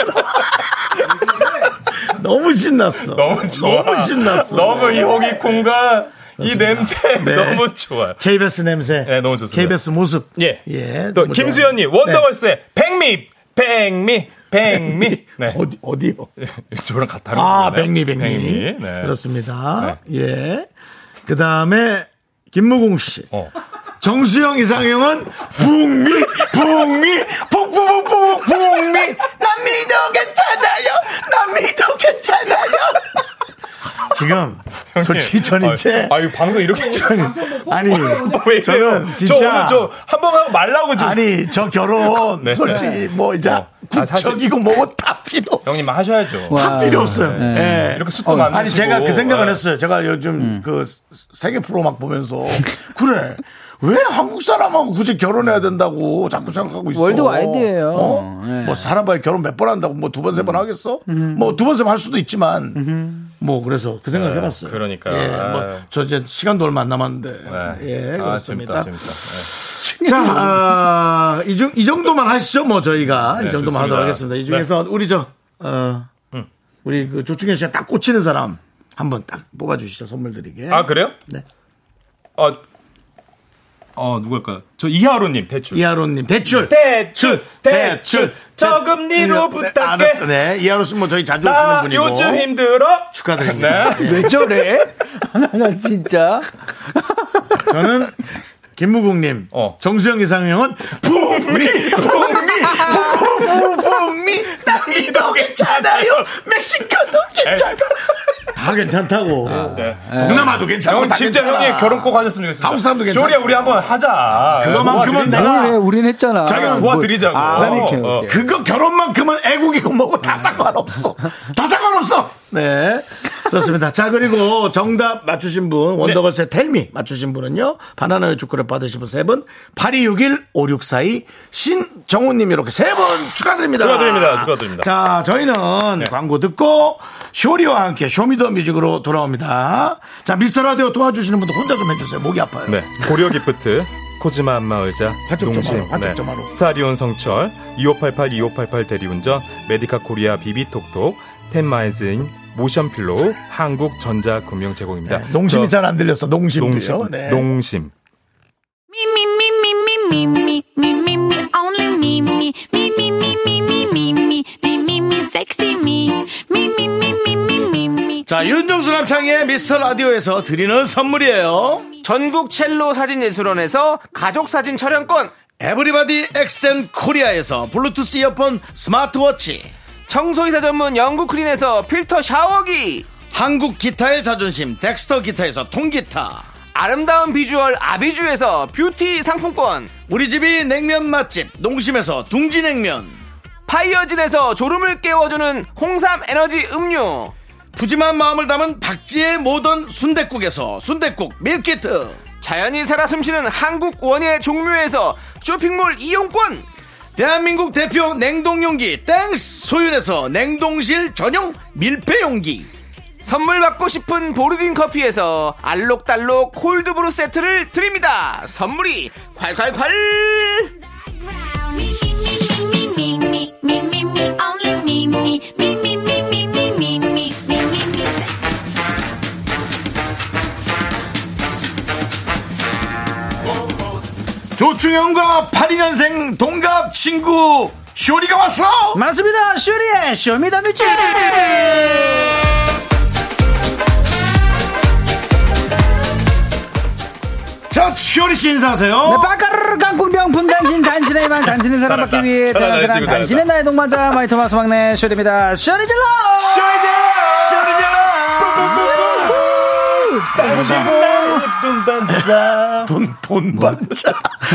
Speaker 1: 너무 신났어.
Speaker 2: 너무 좋아.
Speaker 1: 너무 신났어.
Speaker 2: 너무 이 호기콩과 이 냄새
Speaker 1: 네.
Speaker 2: 너무 좋아요.
Speaker 1: KBS 냄새.
Speaker 2: 네, 너무 좋습니다.
Speaker 1: KBS 모습.
Speaker 2: 예.
Speaker 1: 예.
Speaker 2: 또
Speaker 1: 너무
Speaker 2: 김수현님
Speaker 1: 좋아요.
Speaker 2: 원더걸스의 백미 백미 백미.
Speaker 1: 네.
Speaker 2: 네.
Speaker 1: 어디, 어디요?
Speaker 2: 저랑 같다.
Speaker 1: 아, 백미, 백미.
Speaker 2: 네.
Speaker 1: 그렇습니다. 예. 그 다음에, 김무공 씨.
Speaker 2: 어.
Speaker 1: 정수영 이상형은 북미, 북미, 북부북부, 북미. 난 믿어 괜찮아요. 난 믿어 괜찮아요. 지금, 솔직히 전 이제.
Speaker 2: 아유 방송 이렇게
Speaker 1: 아니,
Speaker 2: 뭐, 왜 이래요?
Speaker 1: 저는
Speaker 2: 진짜
Speaker 1: 진짜.
Speaker 2: 저한번 하고 말라고 좀.
Speaker 1: 아니, 저 결혼,
Speaker 2: 네.
Speaker 1: 솔직히 뭐, 이제,
Speaker 2: 어. 아, 사실-
Speaker 1: 국적이고 뭐고 다 필요 없어.
Speaker 2: 형님 하셔야죠. 아,
Speaker 1: 다 필요 없어요. 예.
Speaker 2: 이렇게 숱도 어, 만드시고.
Speaker 1: 아니 제가 그 생각을
Speaker 2: 네.
Speaker 1: 했어요. 제가 요즘 그 세계 프로 막 보면서 그래 왜 한국 사람하고 굳이 결혼해야 된다고 자꾸 생각하고 있어.
Speaker 3: 월드와이드예요.
Speaker 1: 어?
Speaker 2: 네.
Speaker 1: 뭐 사람과의 결혼 몇 번 한다고 뭐 두 번 세
Speaker 2: 음.
Speaker 1: 번 하겠어? 뭐 두 번 세 번 할 수도 있지만 뭐 그래서 그 생각 해봤어요.
Speaker 2: 그러니까.
Speaker 1: 예, 뭐저 이제 시간도 얼마 안 남았는데 예
Speaker 2: 아,
Speaker 1: 그렇습니다.
Speaker 2: 재밌다, 재밌다. 예.
Speaker 1: 자, 아, 이, 중, 이 정도만 하시죠, 뭐, 저희가.
Speaker 2: 네,
Speaker 1: 이 정도만
Speaker 2: 좋습니다. 네. 음.
Speaker 1: 하도록 하겠습니다. 이 중에서 우리 저, 어, 우리 그 조충현 씨가 딱 꽂히는 사람 한번 딱 뽑아주시죠, 선물 드리게.
Speaker 2: 아, 그래요?
Speaker 1: 네.
Speaker 2: 어, 어, 누굴까요? 저 이하로님, 대출.
Speaker 1: 이하로님, 대출!
Speaker 2: 대출,
Speaker 1: 대출,
Speaker 2: 저금리로
Speaker 1: 네, 알았어, 네. 이하로 씨는 뭐 저희 자주 오시는 분이고.
Speaker 2: 힘들어. 네?
Speaker 1: 축하드립니다. 네.
Speaker 3: 왜 저래? 나 진짜.
Speaker 1: 저는 김무국님,
Speaker 2: 어.
Speaker 1: 정수영 이상형은 북미, 북미, 북미, 북미, 남이도 괜찮아요, 멕시코도 괜찮아. 다 괜찮다고.
Speaker 2: 네.
Speaker 1: 동남아도 괜찮고
Speaker 2: 형
Speaker 1: 다
Speaker 2: 진짜
Speaker 1: 괜찮아.
Speaker 2: 형님 결혼 꼭 하셨으면 좋겠습니다.
Speaker 1: 한국 사람도 괜찮아.
Speaker 2: 조리야 우리 한번 하자.
Speaker 1: 그거만큼은
Speaker 2: 도와드리자.
Speaker 1: 내가
Speaker 5: 왜 우린 했잖아.
Speaker 2: 자기는 도와드리자고.
Speaker 5: 아,
Speaker 2: 아니,
Speaker 5: 오케이,
Speaker 2: 어. 음.
Speaker 5: 오케이.
Speaker 1: 그거 결혼만큼은 애국이고 뭐고 다 상관없어. 다 상관없어. 네. 그렇습니다. 자, 그리고 정답 맞추신 분,
Speaker 2: 네.
Speaker 1: 원더걸스의 텔미 맞추신 분은요, 바나나의 축구를 받으신 분 세 분, 8261-5642, 신정우님 이렇게 세 분 축하드립니다.
Speaker 2: 축하드립니다. 축하드립니다. 네.
Speaker 1: 자, 저희는 광고 듣고, 쇼리와 함께 쇼미더 뮤직으로 돌아옵니다. 자, 미스터 라디오 도와주시는 분들 혼자 좀 해주세요. 목이 아파요.
Speaker 2: 네. 고려 기프트, 코지마 안마 의자,
Speaker 1: 화촉
Speaker 2: 농심, 네.
Speaker 1: 점화로, 화촉 점화로.
Speaker 2: 스타리온 성철, 2588 2588 대리운전, 메디카 코리아 비비톡톡, 텐마이즈인 모션 필로우, 한국 전자 금융 제공입니다.
Speaker 1: 네. 농심이
Speaker 2: 저-
Speaker 1: 잘 안 들렸어. 농심도요.
Speaker 2: 농심.
Speaker 1: 네.
Speaker 2: 농심.
Speaker 4: Me, me, me, me, me, me, me, me, me, me, only me, me, me, me, me, me, me, me, me, me, me, me, sexy me, me, me, me, me, me, me, me.
Speaker 1: 자, 윤정수 남창의 미스터 라디오에서 드리는 선물이에요.
Speaker 3: 전국 첼로 사진 예술원에서 가족 사진 촬영권.
Speaker 1: 에브리바디 엑센 코리아에서 블루투스 이어폰 스마트워치.
Speaker 3: 청소이사 전문 영국 크린에서 필터 샤워기.
Speaker 1: 한국 기타의 자존심 덱스터 기타에서 통기타.
Speaker 3: 아름다운 비주얼 아비주에서 뷰티 상품권.
Speaker 1: 우리 집이 냉면 맛집 농심에서 둥지냉면.
Speaker 3: 파이어진에서 졸음을 깨워주는 홍삼 에너지 음료.
Speaker 1: 푸짐한 마음을 담은 박지의 모던 순댓국에서 순댓국 밀키트.
Speaker 3: 자연이 살아 숨쉬는 한국 원예 종묘에서 쇼핑몰 이용권.
Speaker 1: 대한민국 대표 냉동용기 땡스 소윤에서 냉동실 전용 밀폐용기.
Speaker 3: 선물 받고 싶은 보르딘 커피에서 알록달록 콜드브루 세트를 드립니다. 선물이 콸콸콸!
Speaker 4: Me, me, me, me, me, me, me, me, me, only me, me, me, me, me, me, me, me, me, me, me, me, sexy.
Speaker 1: 조충현과 82년생 동갑 친구 쇼리가 왔어.
Speaker 5: 맞습니다. 슈리의 쇼미더뮤직.
Speaker 1: 자, 쇼리 씨 인사하세요.
Speaker 5: 네, 빠까르르 깡꿍 명품 단신 단신의 망 단신의 사랑받기 위해
Speaker 2: 잘한다,
Speaker 5: 태어난 사람
Speaker 2: 지금 잘한다.
Speaker 5: 단신의 나의 동반자 마이토마스 막내 쇼리입니다. 쇼리 질러!
Speaker 1: 아, 돈, 돈 반자.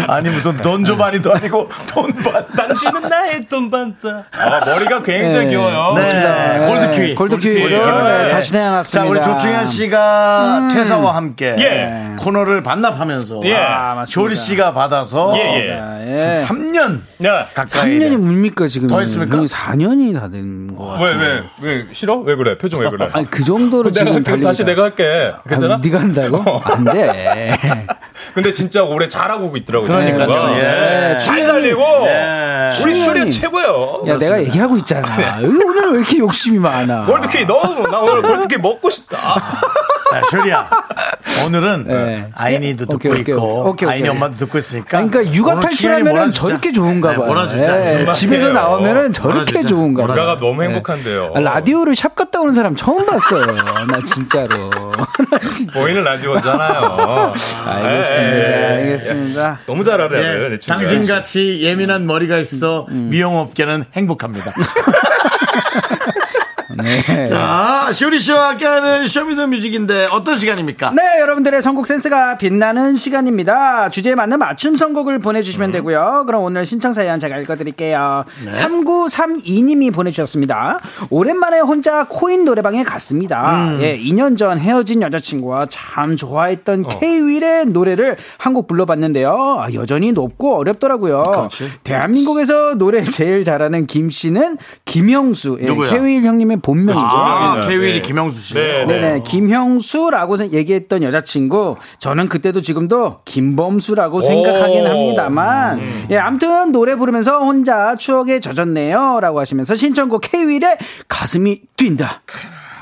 Speaker 1: 아니, 무슨 돈 조반이도 아니고 돈 반자. 당신은 나의 돈 반자.
Speaker 2: 아, 머리가 굉장히
Speaker 5: 네.
Speaker 2: 귀여워요.
Speaker 1: 네, 골드키위.
Speaker 5: 골드키위로
Speaker 2: 골드키위.
Speaker 5: 네, 다시 음.
Speaker 1: 자,
Speaker 5: 태어났습니다.
Speaker 1: 우리 조충현 씨가 퇴사와 함께
Speaker 2: 예.
Speaker 1: 코너를 반납하면서
Speaker 2: 예.
Speaker 5: 아, 맞습니다.
Speaker 1: 쇼리 씨가 받아서
Speaker 2: 예, 예.
Speaker 5: 아,
Speaker 1: 한
Speaker 5: 예.
Speaker 1: 3년
Speaker 2: 야,
Speaker 1: 가까이.
Speaker 5: 3년이 뭡니까 지금?
Speaker 1: 더 했습니까? 어.
Speaker 5: 4년이 다 된 거 같아요.
Speaker 2: 왜, 왜, 왜, 싫어? 왜 그래? 표정 왜 그래?
Speaker 5: 아니 그
Speaker 2: 내가
Speaker 5: 정도로 지금
Speaker 2: 할게,
Speaker 5: 달리고
Speaker 2: 다시
Speaker 5: 있다.
Speaker 2: 내가 할게. 괜찮아?
Speaker 5: 아, 네가 한다고?
Speaker 1: 어.
Speaker 5: 안 돼.
Speaker 2: 근데 진짜 올해 잘하고 있더라고요.
Speaker 1: 그러니까요.
Speaker 2: 친구가.
Speaker 1: 예.
Speaker 2: 잘 살리고 우리
Speaker 5: 충분히.
Speaker 2: 수리 최고예요.
Speaker 5: 예. 야 내가 얘기하고 있잖아.
Speaker 1: 네.
Speaker 5: 으, 오늘 왜 이렇게 욕심이 많아?
Speaker 2: 골드키 너무 나 오늘 골드키 먹고
Speaker 5: 아,
Speaker 2: 싶다.
Speaker 1: 야, 쇼리야. 오늘은
Speaker 5: 예.
Speaker 1: 아이니도 듣고
Speaker 5: 오케이, 오케이,
Speaker 1: 있고
Speaker 5: 오케이, 오케이.
Speaker 1: 아이니 엄마도 듣고 있으니까.
Speaker 5: 아니, 그러니까 육아
Speaker 1: 오늘 충현이
Speaker 5: 탈출하면
Speaker 1: 몰아주자.
Speaker 5: 저렇게 좋은가
Speaker 1: 네,
Speaker 5: 봐요.
Speaker 1: 몰아주자.
Speaker 5: 예,
Speaker 1: 정말.
Speaker 5: 집에서
Speaker 2: 그래요.
Speaker 5: 나오면 저렇게
Speaker 1: 몰아주자.
Speaker 5: 좋은가 봐요.
Speaker 2: 누가가 너무 행복한데요.
Speaker 5: 그러니까. 아, 라디오를 샵 갔다 오는 사람 처음 봤어요. 나 진짜로. 나 진짜.
Speaker 2: 보이는 라디오잖아요.
Speaker 5: 알겠습니다.
Speaker 2: 예, 예, 예.
Speaker 5: 알겠습니다.
Speaker 2: 너무 잘 알아요.
Speaker 1: 예,
Speaker 2: 내 친구가.
Speaker 1: 네.
Speaker 5: 음,
Speaker 1: 당신같이 예민한 머리가 있어 미용업계는 행복합니다. 뭐,
Speaker 5: 네.
Speaker 1: 자, 쇼리 씨와 함께하는 쇼미더 뮤직인데 어떤 시간입니까?
Speaker 5: 네, 여러분들의 선곡 센스가 빛나는 시간입니다. 주제에 맞는 맞춤 선곡을 보내주시면
Speaker 1: 네.
Speaker 5: 되고요. 그럼 오늘 신청 사연 제가 읽어드릴게요. 3932님이 보내주셨습니다. 오랜만에 혼자 코인 노래방에 갔습니다.
Speaker 1: 음.
Speaker 5: 예, 2년 전 헤어진 여자친구와 참
Speaker 1: 어.
Speaker 5: 좋아했던 K-윌의 노래를 한 곡 불러봤는데요. 아, 여전히 높고 어렵더라고요. 대한민국에서 노래 제일 잘하는 김 씨는 김영수, 예,
Speaker 1: 누구야?
Speaker 5: K-윌 형님의 본명이죠.
Speaker 1: 아,
Speaker 2: 네.
Speaker 1: 케윌이
Speaker 2: 네.
Speaker 1: 김영수 씨.
Speaker 2: 네, 네.
Speaker 5: 네네 김형수라고 생- 얘기했던 여자친구 저는 그때도 지금도 김범수라고 생각하긴 합니다만
Speaker 1: 음.
Speaker 5: 예 아무튼 노래 부르면서 혼자 추억에 젖었네요라고 하시면서 신청곡 케이윌의 가슴이 뛴다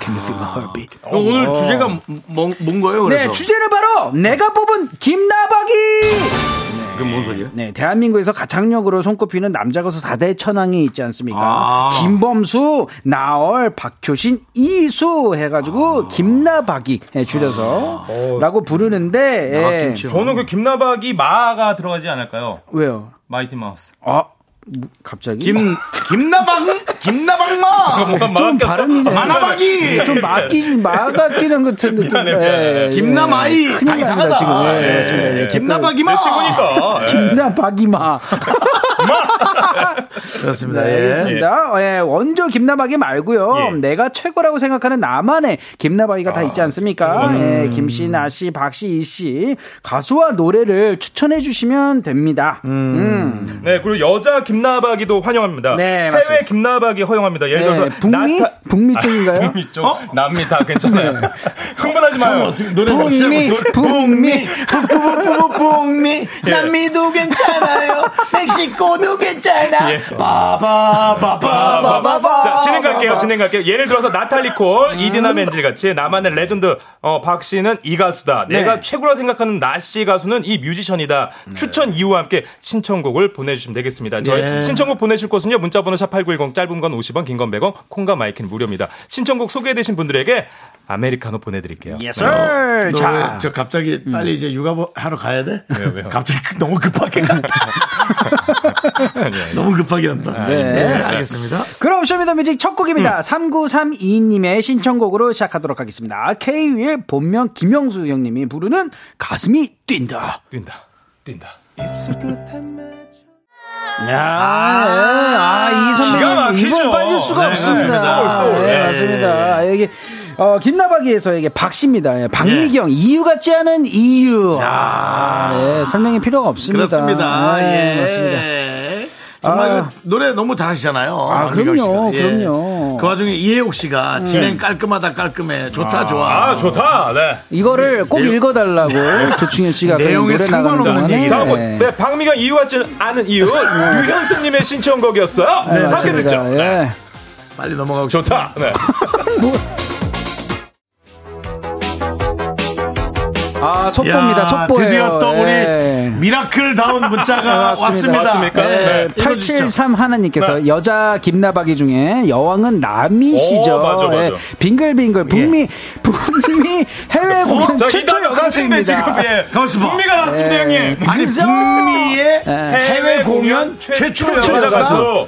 Speaker 5: Can you feel my heartbeat?
Speaker 1: 어, 오늘 주제가 뭐, 뭔가요? 그래서.
Speaker 5: 네 주제는 바로 내가 뽑은 김나박이
Speaker 1: 그게 뭔 소리예요?
Speaker 5: 네, 대한민국에서 가창력으로 손꼽히는 남자 가수 4대 천왕이 있지 않습니까?
Speaker 1: 아.
Speaker 5: 김범수, 나얼, 박효신, 이수
Speaker 1: 아.
Speaker 5: 해가지고 김나박이 예, 줄여서 라고 부르는데 예.
Speaker 1: 어. 나박김치.
Speaker 2: 저는 그 김나박이 마가 들어가지 않을까요?
Speaker 5: 왜요?
Speaker 2: 마이티 마우스.
Speaker 5: 아 뭐, 갑자기
Speaker 1: 김, 김나방? 김나방마!
Speaker 5: 아, 좀
Speaker 2: 아,
Speaker 5: 발음이네.
Speaker 1: 마나박이!
Speaker 5: 좀 막기 마가 끼는 것 같은 느낌. 예, 예.
Speaker 1: 김나마이! 다
Speaker 5: 큰일 납니다,
Speaker 1: 이상하다.
Speaker 5: 지금. 예,
Speaker 1: 예.
Speaker 5: 그렇습니다. 예.
Speaker 1: 김나박이마!
Speaker 5: 아,
Speaker 2: 친구니까.
Speaker 5: 김나박이마.
Speaker 1: 그렇습니다.
Speaker 5: 네,
Speaker 1: 예.
Speaker 5: 그렇습니다. 예, 원조 김나박이 말고요.
Speaker 2: 예.
Speaker 5: 내가 최고라고 생각하는 나만의 김나박이가 다 있지 않습니까? 예, 김씨, 나씨, 박씨, 이씨 가수와 노래를 추천해 주시면 됩니다. 음.
Speaker 2: 네, 그리고 여자 김나박이도 환영합니다.
Speaker 5: 네,
Speaker 2: 해외
Speaker 5: 맞습니다.
Speaker 2: 김나박이 허용합니다. 예를
Speaker 5: 예,
Speaker 2: 들어서
Speaker 5: 북미
Speaker 2: 나타-
Speaker 5: 북미 쪽인가요? 어? 네.
Speaker 2: 북미 쪽, 남미 다 괜찮아요. 흥분하지 마요.
Speaker 1: 노래
Speaker 5: 북미 북미
Speaker 1: 북미 남미도 괜찮아요 멕시코도 괜찮아 바바바바바바바
Speaker 2: 자, 진행갈게요, 진행갈게요. 예를 들어서 나탈리 콜, 이디나 멘질 같이 나만의 레전드, 어, 박 씨는 이 가수다. 내가 최고라 생각하는 나씨 가수는 이 뮤지션이다. 추천 이유와 함께 신청곡을 보내주시면 되겠습니다. 저희
Speaker 1: 네.
Speaker 2: 신청곡 보내실 곳은요, 문자번호 샵8910, 짧은 건 50원, 긴 건 100원, 콩과 마이크는 무료입니다. 신청곡 소개되신 분들에게 아메리카노 보내드릴게요.
Speaker 5: 예스. 네. 자, 음.
Speaker 1: 자, 저 갑자기 빨리 이제 육아 하러 가야 돼? 갑자기 그- 너무 급하게 간다. 너무 급하게 간다. 네, 알겠습니다.
Speaker 5: 그럼 쇼미더뮤직 첫 곡입니다. 3932님의 신청곡으로 시작하도록 하겠습니다. K의 본명 김영수 형님이 부르는 가슴이 뛴다.
Speaker 2: 뛴다. 뛴다.
Speaker 5: 아이
Speaker 2: 기가
Speaker 5: 선배님
Speaker 2: 막히죠.
Speaker 5: 이건 빠질 수가
Speaker 2: 네,
Speaker 5: 없습니다.
Speaker 2: 맞습니다. 소울, 소울.
Speaker 5: 네,
Speaker 2: 예,
Speaker 5: 맞습니다. 여기 어, 김나박이에서 이게 박씨입니다. 예, 박미경 이유 같지 않은 이유. 아, 예, 설명이 필요가 없습니다.
Speaker 1: 그렇습니다.
Speaker 5: 네,
Speaker 1: 예.
Speaker 5: 맞습니다.
Speaker 1: 정말
Speaker 5: 아.
Speaker 1: 그 노래 너무 잘하시잖아요.
Speaker 5: 아,
Speaker 1: 미경
Speaker 5: 그럼요,
Speaker 1: 씨가. 예.
Speaker 5: 그럼요. 음.
Speaker 1: 그 와중에 이혜옥 씨가 진행 깔끔하다 깔끔해. 좋다, 좋아.
Speaker 2: 아, 좋다. 네.
Speaker 5: 이거를 꼭 읽어달라고 조충현 씨가 그
Speaker 1: 내용에
Speaker 5: 노래 나가는
Speaker 1: 상관없는
Speaker 5: 동안에
Speaker 1: 얘기를
Speaker 2: 다음 곡.
Speaker 5: 예.
Speaker 2: 네, 박미경 이유 같지 않은 이유. 유현수님의 신청곡이었어요.
Speaker 5: 네,
Speaker 2: 함께
Speaker 5: 맞습니다.
Speaker 2: 듣죠. 네.
Speaker 5: 예.
Speaker 1: 빨리 넘어가고
Speaker 2: 좋다.
Speaker 1: 싶다.
Speaker 2: 네.
Speaker 5: 아
Speaker 1: 야,
Speaker 5: 속보입니다. 속보예요.
Speaker 1: 드디어 또
Speaker 5: 예.
Speaker 1: 우리 미라클다운
Speaker 5: 아,
Speaker 1: 문자가 왔습니다.
Speaker 2: 아,
Speaker 1: 예.
Speaker 2: 왔습니까? 네.
Speaker 5: 873 하나님께서 여자 김나박이 중에 여왕은 남이시죠. 예.
Speaker 2: 오, 맞아, 맞아.
Speaker 5: 빙글빙글 북미 북미 해외 공연
Speaker 2: 자,
Speaker 5: 최초
Speaker 2: 어, 이따가 가수인데 지금
Speaker 5: 여가수입니다.
Speaker 2: 예.
Speaker 1: 가만있어 봐.
Speaker 2: 분미가 나왔습니다, 형님.
Speaker 1: 아니,
Speaker 5: 그죠? 예.
Speaker 1: 북미의 해외 공연 최초 여자 가수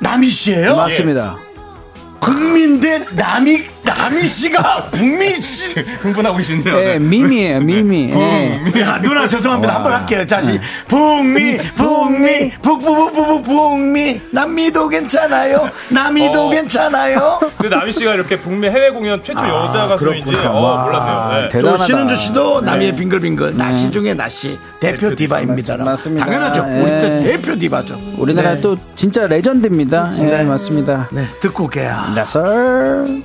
Speaker 1: 남희 씨예요?
Speaker 5: 맞습니다.
Speaker 1: 국민대 남이 남이 씨가 북미 씨.
Speaker 2: 흥분하고 계신데요. 네.
Speaker 5: 예, 미미예요,
Speaker 2: 어.
Speaker 5: 미미. 예.
Speaker 1: 야 누나 죄송합니다 한 번 할게요 다시 북미 북미 북북북북 북미 남미도 괜찮아요 남미도
Speaker 2: 어.
Speaker 1: 괜찮아요
Speaker 2: 근데 나미 씨가 이렇게 북미 해외 공연 최초 여자 가수인지
Speaker 1: 아, 그렇구나.
Speaker 2: 어, 몰랐네요. 네.
Speaker 1: 또
Speaker 5: 아, 대단하다. 네.
Speaker 1: 신은주 씨도 남이의 빙글빙글 나씨 중에 나씨 대표 디바입니다
Speaker 5: 맞습니다.
Speaker 1: 당연하죠 우리 때
Speaker 5: 예.
Speaker 1: 대표 디바죠
Speaker 5: 우리나라
Speaker 1: 네.
Speaker 5: 또 진짜 레전드입니다. 예, 맞습니다.
Speaker 1: 네 듣고 올게요
Speaker 5: 나설.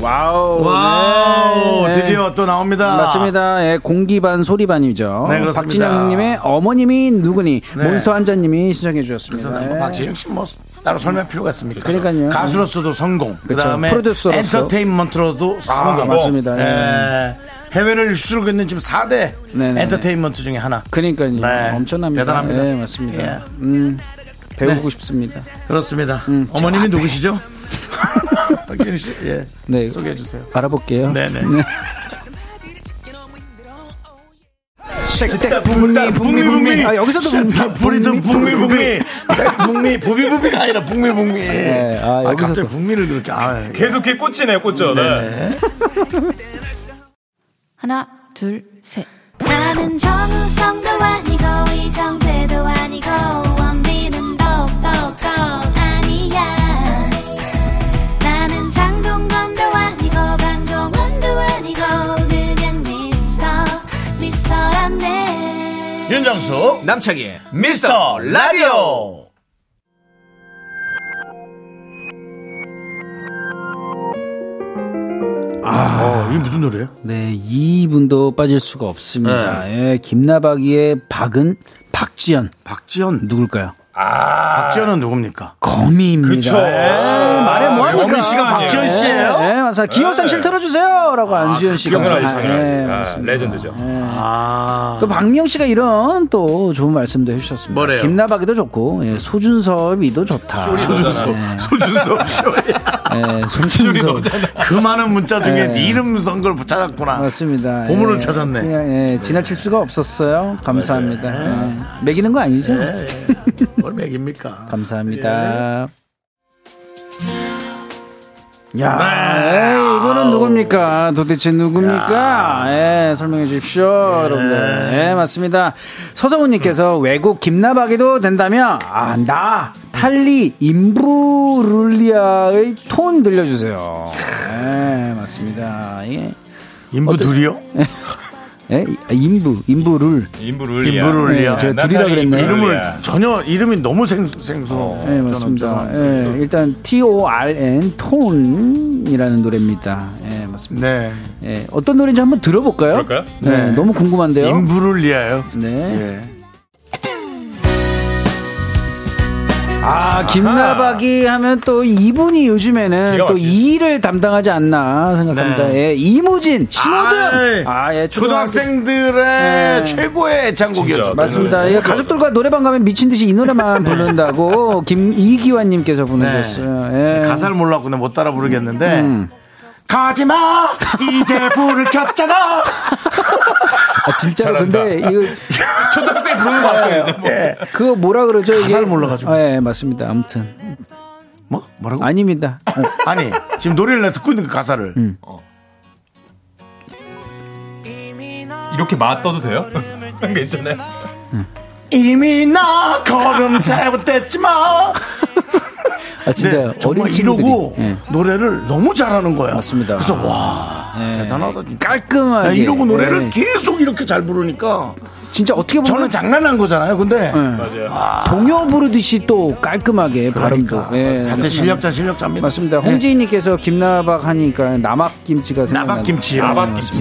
Speaker 5: 와우.
Speaker 2: 네.
Speaker 1: 와우
Speaker 5: 네.
Speaker 1: 드디어 또 나옵니다
Speaker 5: 맞습니다. 예, 공기반 소리반이죠.
Speaker 1: 네, 그렇습니다.
Speaker 5: 박진영님의 어머님이 누구니
Speaker 1: 네.
Speaker 5: 몬스터 한자님이 시작해
Speaker 1: 그래서
Speaker 5: 주셨습니다. 예.
Speaker 1: 나뭐 박재영 씨뭐 따로 설명할 필요가 있습니까?
Speaker 5: 네. 그러니까요.
Speaker 1: 가수로서도 성공. 그
Speaker 5: 그쵸.
Speaker 1: 다음에
Speaker 5: 프로듀서로서. 아,
Speaker 1: 엔터테인먼트로도 성공.
Speaker 5: 맞습니다. 네.
Speaker 1: 예. 해외를 입수하고 있는 지금 4대
Speaker 5: 네네.
Speaker 1: 엔터테인먼트 중에 하나.
Speaker 5: 그러니까요.
Speaker 1: 네.
Speaker 5: 엄청납니다.
Speaker 1: 대단합니다.
Speaker 5: 예, 맞습니다.
Speaker 1: 예.
Speaker 5: 음, 배우고
Speaker 1: 네.
Speaker 5: 싶습니다.
Speaker 1: 그렇습니다.
Speaker 5: 음,
Speaker 1: 어머님이 누구시죠? 박재영 씨. 예.
Speaker 5: 네.
Speaker 1: 소개해 주세요.
Speaker 5: 알아볼게요.
Speaker 1: 네네.
Speaker 5: 쉐이크 때 북미 북미 북미. 아 여기서도
Speaker 1: 다 뿌리던 북미 북미. 북미 부비부비가 아니라 북미 북미.
Speaker 5: 아,
Speaker 1: 아,
Speaker 5: 여기서
Speaker 1: 갑자기 북미를 그렇게 아, 예.
Speaker 2: 계속 이렇게 꽂히네요, 꽂죠. 네.
Speaker 4: 하나, 둘, 셋. 나는 정우성도 아니고, 이정재도 아니고, 원빈은 더욱더 아니야. 나는 장동건도 아니고, 방종원도 아니고, 그냥 미스터, 미스터란데.
Speaker 1: 윤정수
Speaker 3: 남창희의
Speaker 1: 미스터 라디오. 아, 이게 무슨 노래예요?
Speaker 5: 네, 이분도 빠질 수가 없습니다.
Speaker 1: 네.
Speaker 5: 예, 김나박이의 박은 박지연
Speaker 1: 박지현.
Speaker 5: 누굴까요?
Speaker 1: 박지현은 누굽니까?
Speaker 5: 거미입니다. 그쵸.
Speaker 2: 아,
Speaker 5: 말해 뭐하니까.
Speaker 1: 아, 거미 씨가 박지현 씨예요? 네.
Speaker 5: 예, 예, 맞아요. 기호상 실 틀어주세요라고 안지현 씨가.
Speaker 2: 당연하죠,
Speaker 5: 예,
Speaker 2: 당연하죠. 아,
Speaker 5: 맞습니다.
Speaker 2: 레전드죠.
Speaker 1: 아.
Speaker 5: 또 박명 씨가 이런 또 좋은 말씀도 해주셨습니다.
Speaker 1: 뭐래요?
Speaker 5: 김나박이도 좋고 예, 소준섭이도 좋다. 아, 소준섭.
Speaker 1: 네. 소준섭 씨.
Speaker 5: 예, 소준섭.
Speaker 1: 그 많은 문자 중에 네 이름 쓴 걸 찾았구나.
Speaker 5: 네. 맞습니다.
Speaker 1: 보물을
Speaker 5: 예,
Speaker 1: 찾았네.
Speaker 5: 그냥 예, 지나칠 수가 없었어요. 감사합니다.
Speaker 1: 네.
Speaker 5: 예. 매기는 거 아니죠?
Speaker 1: 뭘 맥입니까?
Speaker 5: 예. 감사합니다. 야, 에이, 이분은 누굽니까? 도대체 누굽니까? 예, 설명해 주십시오, 여러분들. 예, 음. 맞습니다. 서성훈님께서 외국 김나박이도 된다면, 아, 나, 탈리, 임브룰리아의 톤 들려주세요. 예, 맞습니다. 예.
Speaker 1: 인부 둘이요?
Speaker 5: 예, 임브, 임브룰.
Speaker 2: 인부를.
Speaker 1: 인부를요.
Speaker 5: 예, 제가 둘이라 그랬네요.
Speaker 2: 아, 예.
Speaker 1: 이름을 전혀 이름이 너무 생, 생소.
Speaker 5: 네, 맞습니다. 예, 일단 T.O.R.N. 톤이라는 노래입니다. 예, 맞습니다.
Speaker 1: 네.
Speaker 5: 예, 어떤 노래인지 한번 들어볼까요?
Speaker 2: 그럴까요?
Speaker 5: 네, 너무 궁금한데요.
Speaker 1: 인부를리아요. 예.
Speaker 5: 네. 아, 김나박이 하면 또 이분이 요즘에는
Speaker 2: 기가
Speaker 5: 또
Speaker 2: 막히죠.
Speaker 5: 일을 담당하지 않나 생각합니다.
Speaker 1: 네.
Speaker 5: 예, 이무진, 신호등!
Speaker 1: 아,
Speaker 5: 아, 예, 초등학생.
Speaker 1: 초등학생들의
Speaker 5: 네.
Speaker 1: 최고의
Speaker 2: 진짜.
Speaker 1: 장곡이었죠.
Speaker 5: 맞습니다. 예, 가족들과 노래방 가면 미친 듯이 이 노래만 부른다고 김이기환님께서 보내주셨어요. 예.
Speaker 1: 네. 가사를 몰랐고 내못 따라 부르겠는데.
Speaker 5: 음.
Speaker 1: 가지마! 이제 불을 켰잖아!
Speaker 5: 아, 진짜로 근데 이거
Speaker 2: 초등학생 부르는 거 같아요. 뭐.
Speaker 1: 예.
Speaker 5: 그거 뭐라 그러죠? 이게?
Speaker 1: 가사를 몰라가지고.
Speaker 5: 아, 예, 맞습니다. 아무튼
Speaker 1: 뭐? 뭐라고? 아니,
Speaker 5: 아닙니다. 어,
Speaker 1: 지금 노래를 내가 듣고 있는 그 가사를.
Speaker 5: 음.
Speaker 2: 이렇게 맞떠도 돼요? 괜찮아요.
Speaker 1: 이미 나 걸음 세웠댔지만. 네,
Speaker 5: 아, 진짜 어린
Speaker 1: 정말
Speaker 5: 친구들이
Speaker 1: 이러고
Speaker 5: 예,
Speaker 1: 노래를 너무 잘하는 거야.
Speaker 5: 맞습니다. 예,
Speaker 1: 그래서 와 대단하다. 진짜.
Speaker 5: 깔끔하게
Speaker 1: 야, 이러고 노래를
Speaker 5: 예.
Speaker 1: 계속 이렇게 잘 부르니까
Speaker 5: 진짜 어떻게
Speaker 1: 저는
Speaker 5: 보면
Speaker 1: 장난한 거잖아요. 근데
Speaker 5: 동요 부르듯이 또 깔끔하게
Speaker 1: 그러니까
Speaker 5: 발음도 예,
Speaker 1: 완전 실력자 네. 실력자입니다.
Speaker 5: 맞습니다. 홍지인님께서 김나박 하니까 나박김치가 생각나.
Speaker 1: 나박김치요.
Speaker 2: 나박김치.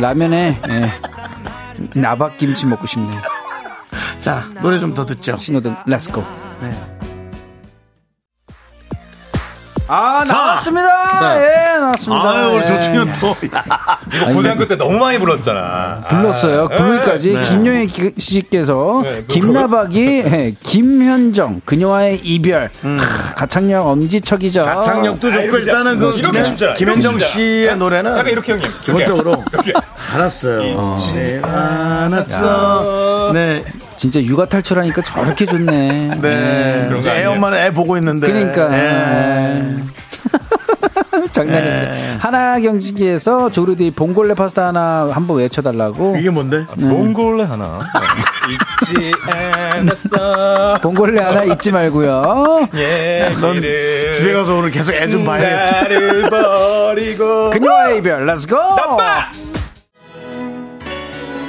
Speaker 5: 라면에 예, 나박김치 먹고 싶네요.
Speaker 1: 자 노래 좀 더 듣죠.
Speaker 5: 신호등 렛츠고.
Speaker 1: 네.
Speaker 5: 아 나왔습니다. 예 나왔습니다.
Speaker 1: 아유 우리
Speaker 5: 예.
Speaker 1: 조충현 또
Speaker 2: 고등학교 때 너무 많이 불렀잖아.
Speaker 5: 불렀어요.
Speaker 2: 아,
Speaker 5: 부위까지 김용희 기- 씨께서
Speaker 2: 네, 그-
Speaker 5: 김나박이 예, 김현정 그녀와의 이별 크, 음. 가창력 엄지척이죠.
Speaker 1: 장력도 좋고
Speaker 2: 아, 이렇게
Speaker 1: 일단은 그
Speaker 2: 이렇게 춤춰라, 이렇게
Speaker 1: 김현정
Speaker 2: 춤춰라.
Speaker 1: 씨의
Speaker 2: 약간
Speaker 1: 노래는
Speaker 2: 이렇게 형님.
Speaker 1: 기본적으로 알았어요. 네, 알았어. 네,
Speaker 5: 진짜 육아 탈출하니까 저렇게 좋네. 예.
Speaker 1: 네.
Speaker 2: 그런 거
Speaker 1: 애
Speaker 2: 아니에요?
Speaker 1: 엄마는 애 보고 있는데.
Speaker 5: 그러니까
Speaker 1: 네.
Speaker 5: 장난입니다. 하나 경기에서 조르디 봉골레 파스타 하나 한번 외쳐달라고.
Speaker 1: 이게 뭔데?
Speaker 2: 몽골레 하나. 잊지 않았어.
Speaker 5: 봉골레 하나 잊지 말고요.
Speaker 2: 예,
Speaker 1: 넌 집에 가서 오늘 계속 애 좀 봐야 돼.
Speaker 2: 나를 버리고.
Speaker 5: 그녀와의 이별, 렛츠고!
Speaker 2: 아빠!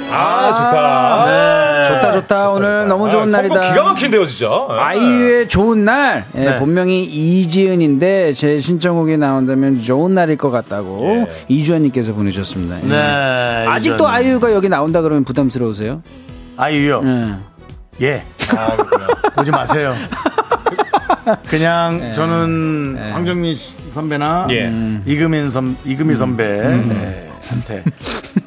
Speaker 2: 아, 좋다.
Speaker 5: 좋다, 좋다. 오늘 너무 좋은
Speaker 2: 네. 아,
Speaker 5: 날이다.
Speaker 2: 선곡 기가 막힌데요, 진짜. 예.
Speaker 5: 아이유의 좋은 날 예,
Speaker 1: 네.
Speaker 5: 본명이 이지은인데 제 신청곡이 나온다면 좋은 날일 것 같다고
Speaker 2: 예.
Speaker 5: 이주연님께서 보내주셨습니다. 예.
Speaker 1: 네.
Speaker 5: 아직도
Speaker 1: 이거는.
Speaker 5: 아이유가 여기 나온다 그러면 부담스러우세요?
Speaker 1: 아이유요.
Speaker 5: 예.
Speaker 1: 예.
Speaker 5: 아,
Speaker 1: 보지 마세요.
Speaker 5: 네.
Speaker 1: 그냥 저는 황정민 씨 선배나 음.
Speaker 2: 예.
Speaker 1: 이금인 선 이금희
Speaker 5: 음. 네.
Speaker 1: 선배한테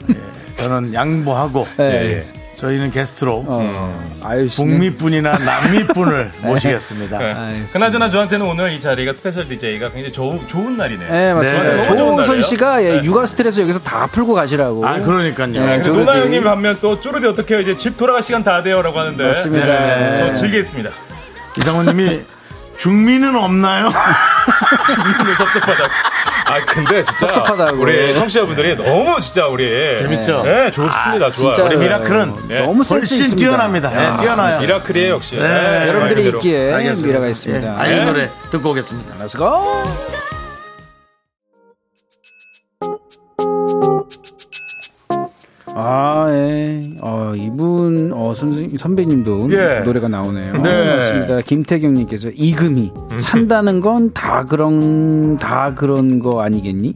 Speaker 1: 예, 저는 양보하고
Speaker 5: 네.
Speaker 2: 예.
Speaker 1: 저희는 게스트로
Speaker 5: 어. 아유 씨.
Speaker 1: 북미뿐이나
Speaker 5: 네.
Speaker 1: 남미뿐을 모시겠습니다.
Speaker 2: 예. 그나저나 저한테는 오늘 이 자리가 스페셜 DJ가 굉장히 조, 좋은 날이네요.
Speaker 5: 예, 맞습니다.
Speaker 2: 네, 너무 좋은
Speaker 5: 조은선
Speaker 2: 날이에요.
Speaker 5: 씨가 예, 육아 스트레스 여기서 다 풀고 가시라고.
Speaker 1: 아 그러니까요.
Speaker 2: 네,
Speaker 5: 저도
Speaker 2: 노나
Speaker 5: 되게-
Speaker 2: 형님 반면 또 쪼르디 어떻게 이제 집 돌아갈 시간 다 돼요라고 하는데 예,
Speaker 5: 맞습니다. 네.
Speaker 2: 저 즐기겠습니다.
Speaker 1: 이상호님이 중미는 없나요?
Speaker 2: 근데 섭섭하다. 아 근데 진짜
Speaker 5: 섭섭하다고.
Speaker 2: 우리 청취자분들이 너무 진짜 우리
Speaker 1: 재밌죠?
Speaker 2: 네, 좋습니다. 좋아요.
Speaker 5: 진짜
Speaker 2: 우리
Speaker 1: 우리
Speaker 2: 미라,
Speaker 1: 미라클은
Speaker 2: 예.
Speaker 5: 너무 센스
Speaker 1: 훨씬
Speaker 5: 있습니다. 아.
Speaker 1: 뛰어납니다. 예, 뛰어나요.
Speaker 2: 미라클이에요 역시.
Speaker 1: 네,
Speaker 2: 말
Speaker 5: 여러분들이
Speaker 2: 그대로.
Speaker 5: 있기에
Speaker 1: 알겠습니다.
Speaker 5: 미라가 있습니다.
Speaker 1: 예, 아이유 노래 듣고 오겠습니다.
Speaker 5: Let's go. 아, 예. 어, 이분, 어, 선생님, 선배님도
Speaker 1: 예.
Speaker 5: 노래가 나오네요.
Speaker 1: 네. 음.
Speaker 5: 맞습니다. 김태경님께서 이금희. 산다는 건 다 그런, 다 그런 거 아니겠니?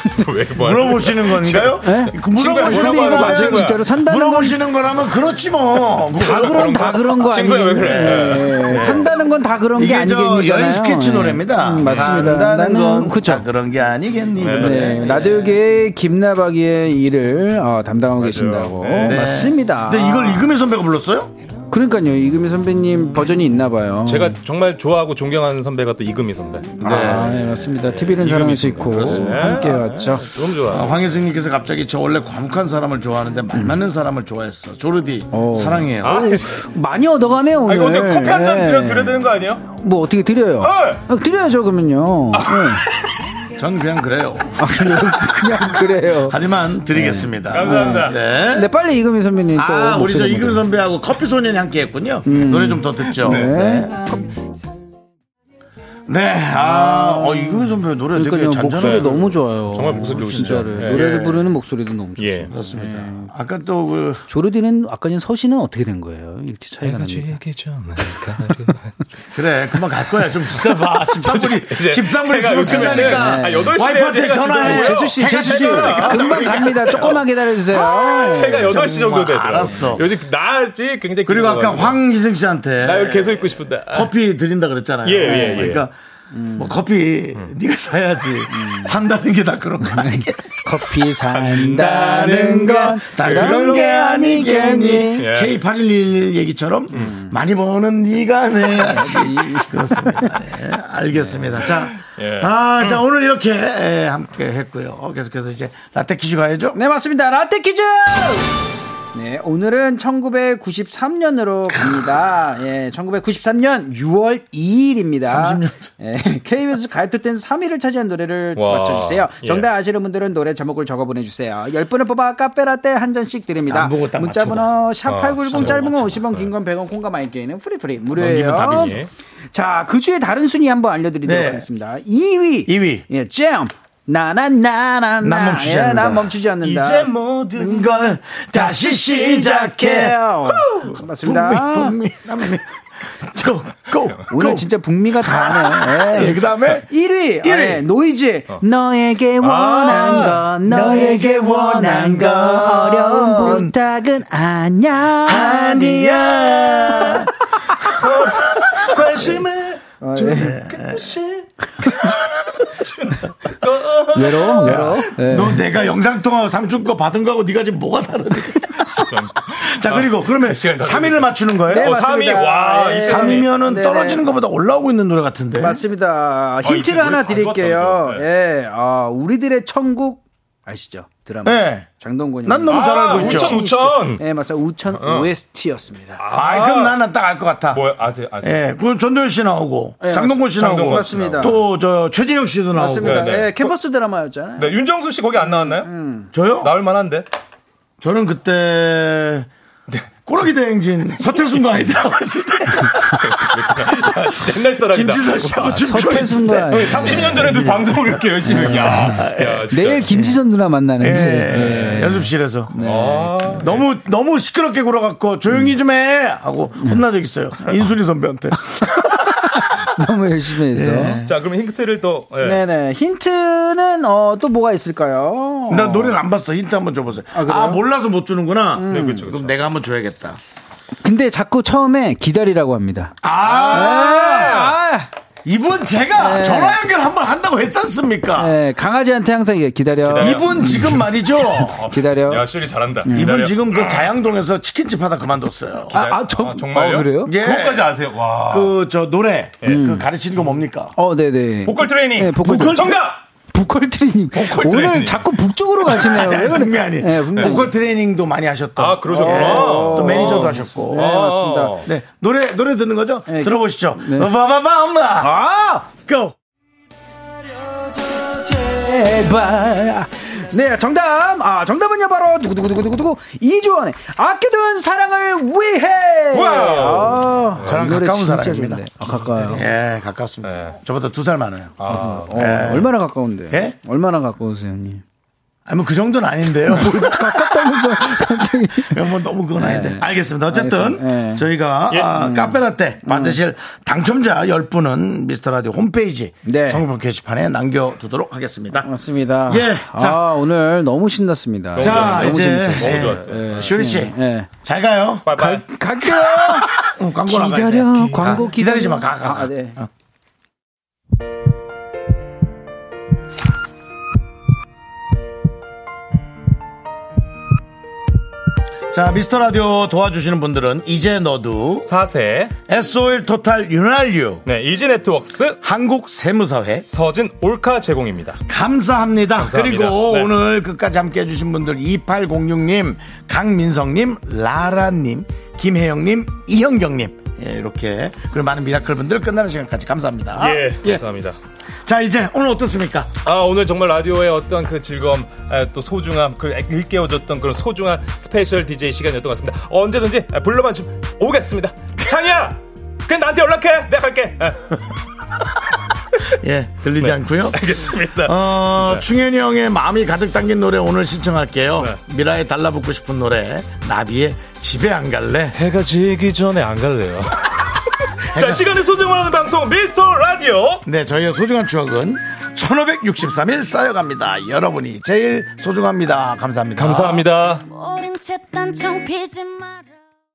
Speaker 2: 왜 뭐?
Speaker 1: 물어보시는 건가요?
Speaker 5: 예?
Speaker 1: 그 물어보시는
Speaker 5: 근데
Speaker 2: 뭐라고 하는
Speaker 1: 거라면
Speaker 2: 거야,
Speaker 5: 이거는
Speaker 2: 친구야?
Speaker 5: 진짜로 산다는 건
Speaker 1: 물어보시는 거라면 그렇지 뭐.
Speaker 5: 다 그런 다 그런 거 아니에요?
Speaker 2: 친구야, 왜 그래?
Speaker 5: 한다는 건 다 그런 게
Speaker 1: 네. 이게 저
Speaker 5: 아니겠니? 음,
Speaker 1: 여인 스케치 노래입니다.
Speaker 5: 맞습니다.
Speaker 1: 산다는 건
Speaker 5: 그죠.
Speaker 1: 다 그런 게 아니겠니? 그 노래.
Speaker 5: 네, 라디오계의 김나박이의 일을 어, 담당하고 계신다고
Speaker 1: 네.
Speaker 5: 맞습니다.
Speaker 1: 근데 이걸 이금희 선배가 불렀어요?
Speaker 5: 그러니까요 이금희 선배님 버전이 있나 봐요.
Speaker 2: 제가 정말 좋아하고 존경하는 선배가 또 이금희 선배.
Speaker 5: 아, 네, 맞습니다. TV는 사랑할 수 있고 함께 왔죠.
Speaker 2: 너무 좋아.
Speaker 1: 아, 황혜승님께서 갑자기 저 원래 과묵한 사람을 좋아하는데 말 맞는 사람을 좋아했어. 조르디
Speaker 5: 오.
Speaker 1: 사랑해요.
Speaker 2: 아,
Speaker 5: 많이 얻어가네요 오늘.
Speaker 2: 이거 어제 커피 한 잔
Speaker 5: 네.
Speaker 2: 드려 드려야 되는 거 아니에요?
Speaker 5: 뭐 어떻게 드려요? 아, 드려야죠 그러면요.
Speaker 1: 전 그냥 그래요.
Speaker 5: 아, 그냥, 그냥 그래요.
Speaker 1: 아! 하지만 드리겠습니다.
Speaker 2: 감사합니다.
Speaker 1: 네.
Speaker 5: 네 빨리 이금희 선배님 또
Speaker 1: 아, 우리 저
Speaker 5: 목소리
Speaker 1: 이금 선배하고 커피 소년이 함께 했군요. 노래 좀 더 듣죠. 네. 네. 아, 어, 이금 선배 노래 되게
Speaker 5: 그러니까
Speaker 1: 잔잔해요.
Speaker 5: 목소리 너무 좋아요.
Speaker 2: 정말 목소리 좋으시죠.
Speaker 5: 진짜로
Speaker 2: 예.
Speaker 5: 노래를 부르는 목소리도 너무 좋습니다.
Speaker 2: 예.
Speaker 1: 그렇습니다. 아까 또 그,
Speaker 5: 조르디는 아까 전 서시는 어떻게 된 거예요? 이렇게 차이가
Speaker 2: 네,
Speaker 5: 납니다.
Speaker 1: 그래, 그만 갈 거야. 좀 기다려봐. 13분이,
Speaker 2: 이제
Speaker 1: 13분이
Speaker 2: 해가
Speaker 1: 있으면
Speaker 2: 요즘에
Speaker 1: 끝나니까.
Speaker 2: 네. 아, 여덟 시네요,
Speaker 1: 와이프한테
Speaker 2: 제가
Speaker 1: 전화해.
Speaker 2: 지금.
Speaker 5: 재수 씨, 재수 씨, 그러니까 금방 갑니다. 조금만 기다려
Speaker 1: 아.
Speaker 5: 주세요.
Speaker 2: 해가 8시 정도 되더라고.
Speaker 1: 알았어.
Speaker 2: 요즘 낮이 굉장히
Speaker 1: 그리고 아까
Speaker 2: 길어가지고.
Speaker 1: 황희승 씨한테.
Speaker 2: 네. 나 이거 계속 있고 싶은데. 아,
Speaker 1: 커피 드린다 그랬잖아요.
Speaker 2: 예, 예, 예.
Speaker 1: 그러니까 뭐 커피 네가 사야지. 산다는 게 다 그런 거 아니겠니?
Speaker 5: 커피 산다는 건
Speaker 1: 건다 아. 네. 그런 게 아니겠니?
Speaker 2: 예. 음.
Speaker 1: K811 얘기처럼 많이 버는 네가 내 그렇습니다. 예, 알겠습니다. 자,
Speaker 2: 예.
Speaker 1: 아, 자 오늘 이렇게 예, 함께 했고요. 어, 계속해서 이제 라떼 퀴즈 가야죠.
Speaker 5: 네 맞습니다. 라떼 퀴즈. 네 오늘은 1993년으로 갑니다. 예, 1993년 6월 2일입니다.
Speaker 1: 30년.
Speaker 5: 예, KBS 가입투텐 3위를 차지한 노래를
Speaker 2: 와,
Speaker 5: 맞춰주세요.
Speaker 2: 예.
Speaker 5: 정답 아시는 분들은 노래 제목을 적어 보내주세요. 10분을 뽑아 카페라떼 한 잔씩 드립니다.
Speaker 1: 안 보고 딱 아,
Speaker 5: 문자번호 샵8910
Speaker 2: 진짜
Speaker 5: 짧은 건 50원 긴 건 100원 콩과 마이게는 프리프리
Speaker 1: 넘기면
Speaker 5: 무료예요.
Speaker 1: 답이지.
Speaker 5: 자, 그 주에 다른 순위 한번 알려드리도록
Speaker 1: 네.
Speaker 5: 하겠습니다. 2위.
Speaker 1: 이 위.
Speaker 5: 예, 잼. 나나나나
Speaker 1: 난 멈추지
Speaker 5: 예,
Speaker 1: 않는다.
Speaker 5: 난 멈추지 않는다. 음.
Speaker 1: 이제 뭐 모든 걸 다시 시작해.
Speaker 5: 시작해요. 네, 맞습니다.
Speaker 1: 북미, 북미, 남미. 고, 고,
Speaker 5: 오늘
Speaker 1: 고.
Speaker 5: 진짜 북미가 다네.
Speaker 1: 예, 그다음에
Speaker 5: 1위,
Speaker 1: 일 위. 어. 아,
Speaker 5: 노이즈. 너에게 원한 건, 너에게 원한 건, 어려운 부탁은 아니야.
Speaker 1: 아니야. 관심을
Speaker 5: 아, 예.
Speaker 1: 조금씩.
Speaker 5: 외로워, 외로워. 예.
Speaker 1: 너 내가 영상 통화 삼촌 거 받은 거하고 네가 지금 뭐가 다르니?
Speaker 2: 죄송합니다.
Speaker 1: 자
Speaker 5: 아,
Speaker 1: 그리고 그러면
Speaker 2: 시간 다
Speaker 1: 3위를 맞추는 거예요?
Speaker 5: 네,
Speaker 2: 어,
Speaker 5: 맞습니다.
Speaker 2: 3위, 와, 이
Speaker 1: 3위면은
Speaker 5: 네네.
Speaker 1: 떨어지는 것보다 올라오고 있는 노래 같은데. 아,
Speaker 5: 맞습니다. 힌트를
Speaker 2: 이게
Speaker 5: 하나
Speaker 2: 뭘다
Speaker 5: 드릴게요.
Speaker 2: 좋았다,
Speaker 5: 예, 아, 우리들의 천국 아시죠? 드라마.
Speaker 1: 네.
Speaker 5: 장동건이.
Speaker 1: 난 너무 어,
Speaker 2: 아,
Speaker 1: 잘 알고 있죠.
Speaker 2: 우천, 우천.
Speaker 5: 예, 맞아요. 우천 OST였습니다.
Speaker 1: 아, 그럼 나는 딱 알 것 같아.
Speaker 2: 뭐야, 아세요? 아세요?
Speaker 1: 예, 그 전도연 씨 나오고
Speaker 5: 예,
Speaker 1: 장동건 씨 나오고
Speaker 2: 장동건
Speaker 5: 씨 나오고.
Speaker 1: 또 저 최진영 씨도 나오고
Speaker 5: 맞습니다.
Speaker 2: 네, 네.
Speaker 5: 예, 캠퍼스 드라마였잖아요.
Speaker 2: 네, 윤정수 씨 거기 안 나왔나요?
Speaker 1: 저요?
Speaker 2: 나올 만한데.
Speaker 1: 저는 그때 꼬라기 대행진 서태순과 아이 들어갔을 때
Speaker 2: 아, 진짜 옛날 사람이다.
Speaker 1: 김지선 씨하고
Speaker 5: 서태순
Speaker 1: 춤추었는데
Speaker 5: 과
Speaker 2: 30년 전에도 방송을 이렇게 열심히. 야, 야,
Speaker 1: 네.
Speaker 2: 진짜.
Speaker 5: 내일 김지선 누나 만나는지.
Speaker 1: 예,
Speaker 5: 예.
Speaker 1: 연습실에서
Speaker 2: 아,
Speaker 1: 너무 너무 시끄럽게 굴어갖고 조용히 좀 해 하고 혼난 적 있어요 인순이 선배한테
Speaker 5: 너무 열심히 해서.
Speaker 1: 네.
Speaker 2: 자, 그럼 힌트를 또. 예.
Speaker 5: 네네. 힌트는, 어, 또 뭐가 있을까요?
Speaker 1: 나 노래를 안 봤어 힌트 한번 줘보세요 아,
Speaker 5: 그래요?
Speaker 1: 몰라서 못 주는구나
Speaker 2: 네, 그렇죠.
Speaker 1: 그럼
Speaker 2: 그렇죠.
Speaker 1: 내가 한번 줘야겠다
Speaker 5: 근데 자꾸 처음에 기다리라고 합니다.
Speaker 1: 아,
Speaker 2: 아!
Speaker 1: 이분 제가 전화 연결 한번 한다고 했었습니까
Speaker 5: 예, 강아지한테 항상 이게 기다려.
Speaker 1: 이분 지금 말이죠
Speaker 5: 네. 기다려.
Speaker 2: 야, 쇼리 잘한다.
Speaker 1: 이분
Speaker 2: 어. 기다려.
Speaker 1: 지금 그 자양동에서 치킨집 하다 그만뒀어요
Speaker 5: 아, 아, 저-
Speaker 2: 아, 정말요?
Speaker 5: 어, 그래요?
Speaker 1: 예.
Speaker 2: 그것까지 아세요? 와.
Speaker 1: 그 저 노래 그 가르치는 거 뭡니까
Speaker 5: 어, 네네.
Speaker 2: 보컬 트레이닝.
Speaker 5: 예, 보컬
Speaker 2: 정답!
Speaker 5: 보컬 트레이닝.
Speaker 2: 보컬
Speaker 5: 오늘
Speaker 2: 트레이닝.
Speaker 5: 자꾸 북쪽으로 가시네요. 왜 그래?
Speaker 1: 분명히 아니.
Speaker 5: 네, 분명히.
Speaker 1: 보컬 트레이닝도 많이 하셨던.
Speaker 2: 아, 그러셨구나.
Speaker 1: 예, 또 매니저도 하셨고. 예,
Speaker 2: 아.
Speaker 5: 네, 맞습니다.
Speaker 1: 네, 노래 노래 듣는 거죠?
Speaker 5: 네.
Speaker 1: 들어보시죠. 바바바 엄마.
Speaker 5: 아!
Speaker 1: go.
Speaker 5: 제발. 네, 정답. 아, 정답은요, 바로, 두구두구두구두구, 이주원의 아껴둔 사랑을 위해!
Speaker 2: 와우.
Speaker 5: 아,
Speaker 1: 저랑
Speaker 5: 이 노래
Speaker 1: 가까운
Speaker 5: 진짜
Speaker 1: 사람입니다.
Speaker 5: 좋은데. 아, 가까워요.
Speaker 1: 예, 가깝습니다. 저보다 두 살 많아요. 아,
Speaker 5: 어, 얼마나 가까운데?
Speaker 1: 예?
Speaker 5: 얼마나 가까우세요, 형님?
Speaker 1: 아, 뭐그 정도는 아닌데요.
Speaker 5: 가깝다면서, 갑자기.
Speaker 1: 뭐 너무 그건 아닌데. 알겠습니다. 어쨌든
Speaker 5: 네. 알겠습니다. 음. 예.
Speaker 1: 저희가 아, 카페라떼 받으실 당첨자 10분은 미스터 라디오 홈페이지
Speaker 5: 네.
Speaker 1: 성분 게시판에 남겨 두도록 하겠습니다.
Speaker 5: 맞습니다.
Speaker 1: 예, 자.
Speaker 5: 아, 오늘 너무 신났습니다.
Speaker 1: 자,
Speaker 5: 너무
Speaker 1: 이제
Speaker 5: 재밌었어요.
Speaker 1: 예, 예, 쇼리 씨.
Speaker 5: 예.
Speaker 1: 잘 가요.
Speaker 2: 빠이빠이.
Speaker 5: 갈게요!
Speaker 1: 응, 광고 나가야 돼.
Speaker 5: 기다려,
Speaker 1: 기-
Speaker 5: 광고
Speaker 1: 아, 기다리지
Speaker 5: 기다려.
Speaker 1: 마. 가, 가. 가.
Speaker 5: 아, 네.
Speaker 1: 어. 자, 미스터 라디오 도와주시는 분들은 이제 너도
Speaker 2: 사세.
Speaker 1: SOL 토탈 윤활유
Speaker 2: 네, 이지 네트웍스
Speaker 1: 한국 세무사회
Speaker 2: 서진 올카 제공입니다.
Speaker 1: 감사합니다.
Speaker 2: 감사합니다.
Speaker 1: 그리고
Speaker 2: 네.
Speaker 1: 오늘 끝까지 함께 해주신 분들 2806님, 강민성님, 라라님, 김혜영님, 이현경님 예, 이렇게 그리고 많은 미라클 분들 끝나는 시간까지 예, 감사합니다.
Speaker 2: 예, 감사합니다.
Speaker 1: 자 이제 오늘 어떻습니까?
Speaker 2: 아 오늘 정말 라디오의 어떤 그 즐거움 아, 또 소중함 그 일깨워줬던 그런 소중한 스페셜 DJ 시간이었던 것 같습니다 언제든지 아, 불러만 좀 오겠습니다 창이야 그냥 나한테 연락해 내가 갈게 아,
Speaker 1: 예 들리지 않고요.
Speaker 2: 알겠습니다
Speaker 1: 어, 충현이 형의 마음이 가득 담긴 노래 오늘 신청할게요. 미라에 달라붙고 싶은 노래 나비의 집에 안 갈래.
Speaker 2: 해가 지기 전에 안 갈래요 자 시간의 소중함을 하는 방송 미스터 라디오
Speaker 1: 네, 저희의 소중한 추억은 1563일 쌓여갑니다. 여러분이 제일 소중합니다. 감사합니다.
Speaker 2: 감사합니다
Speaker 4: 오른 채 단청 피지 마라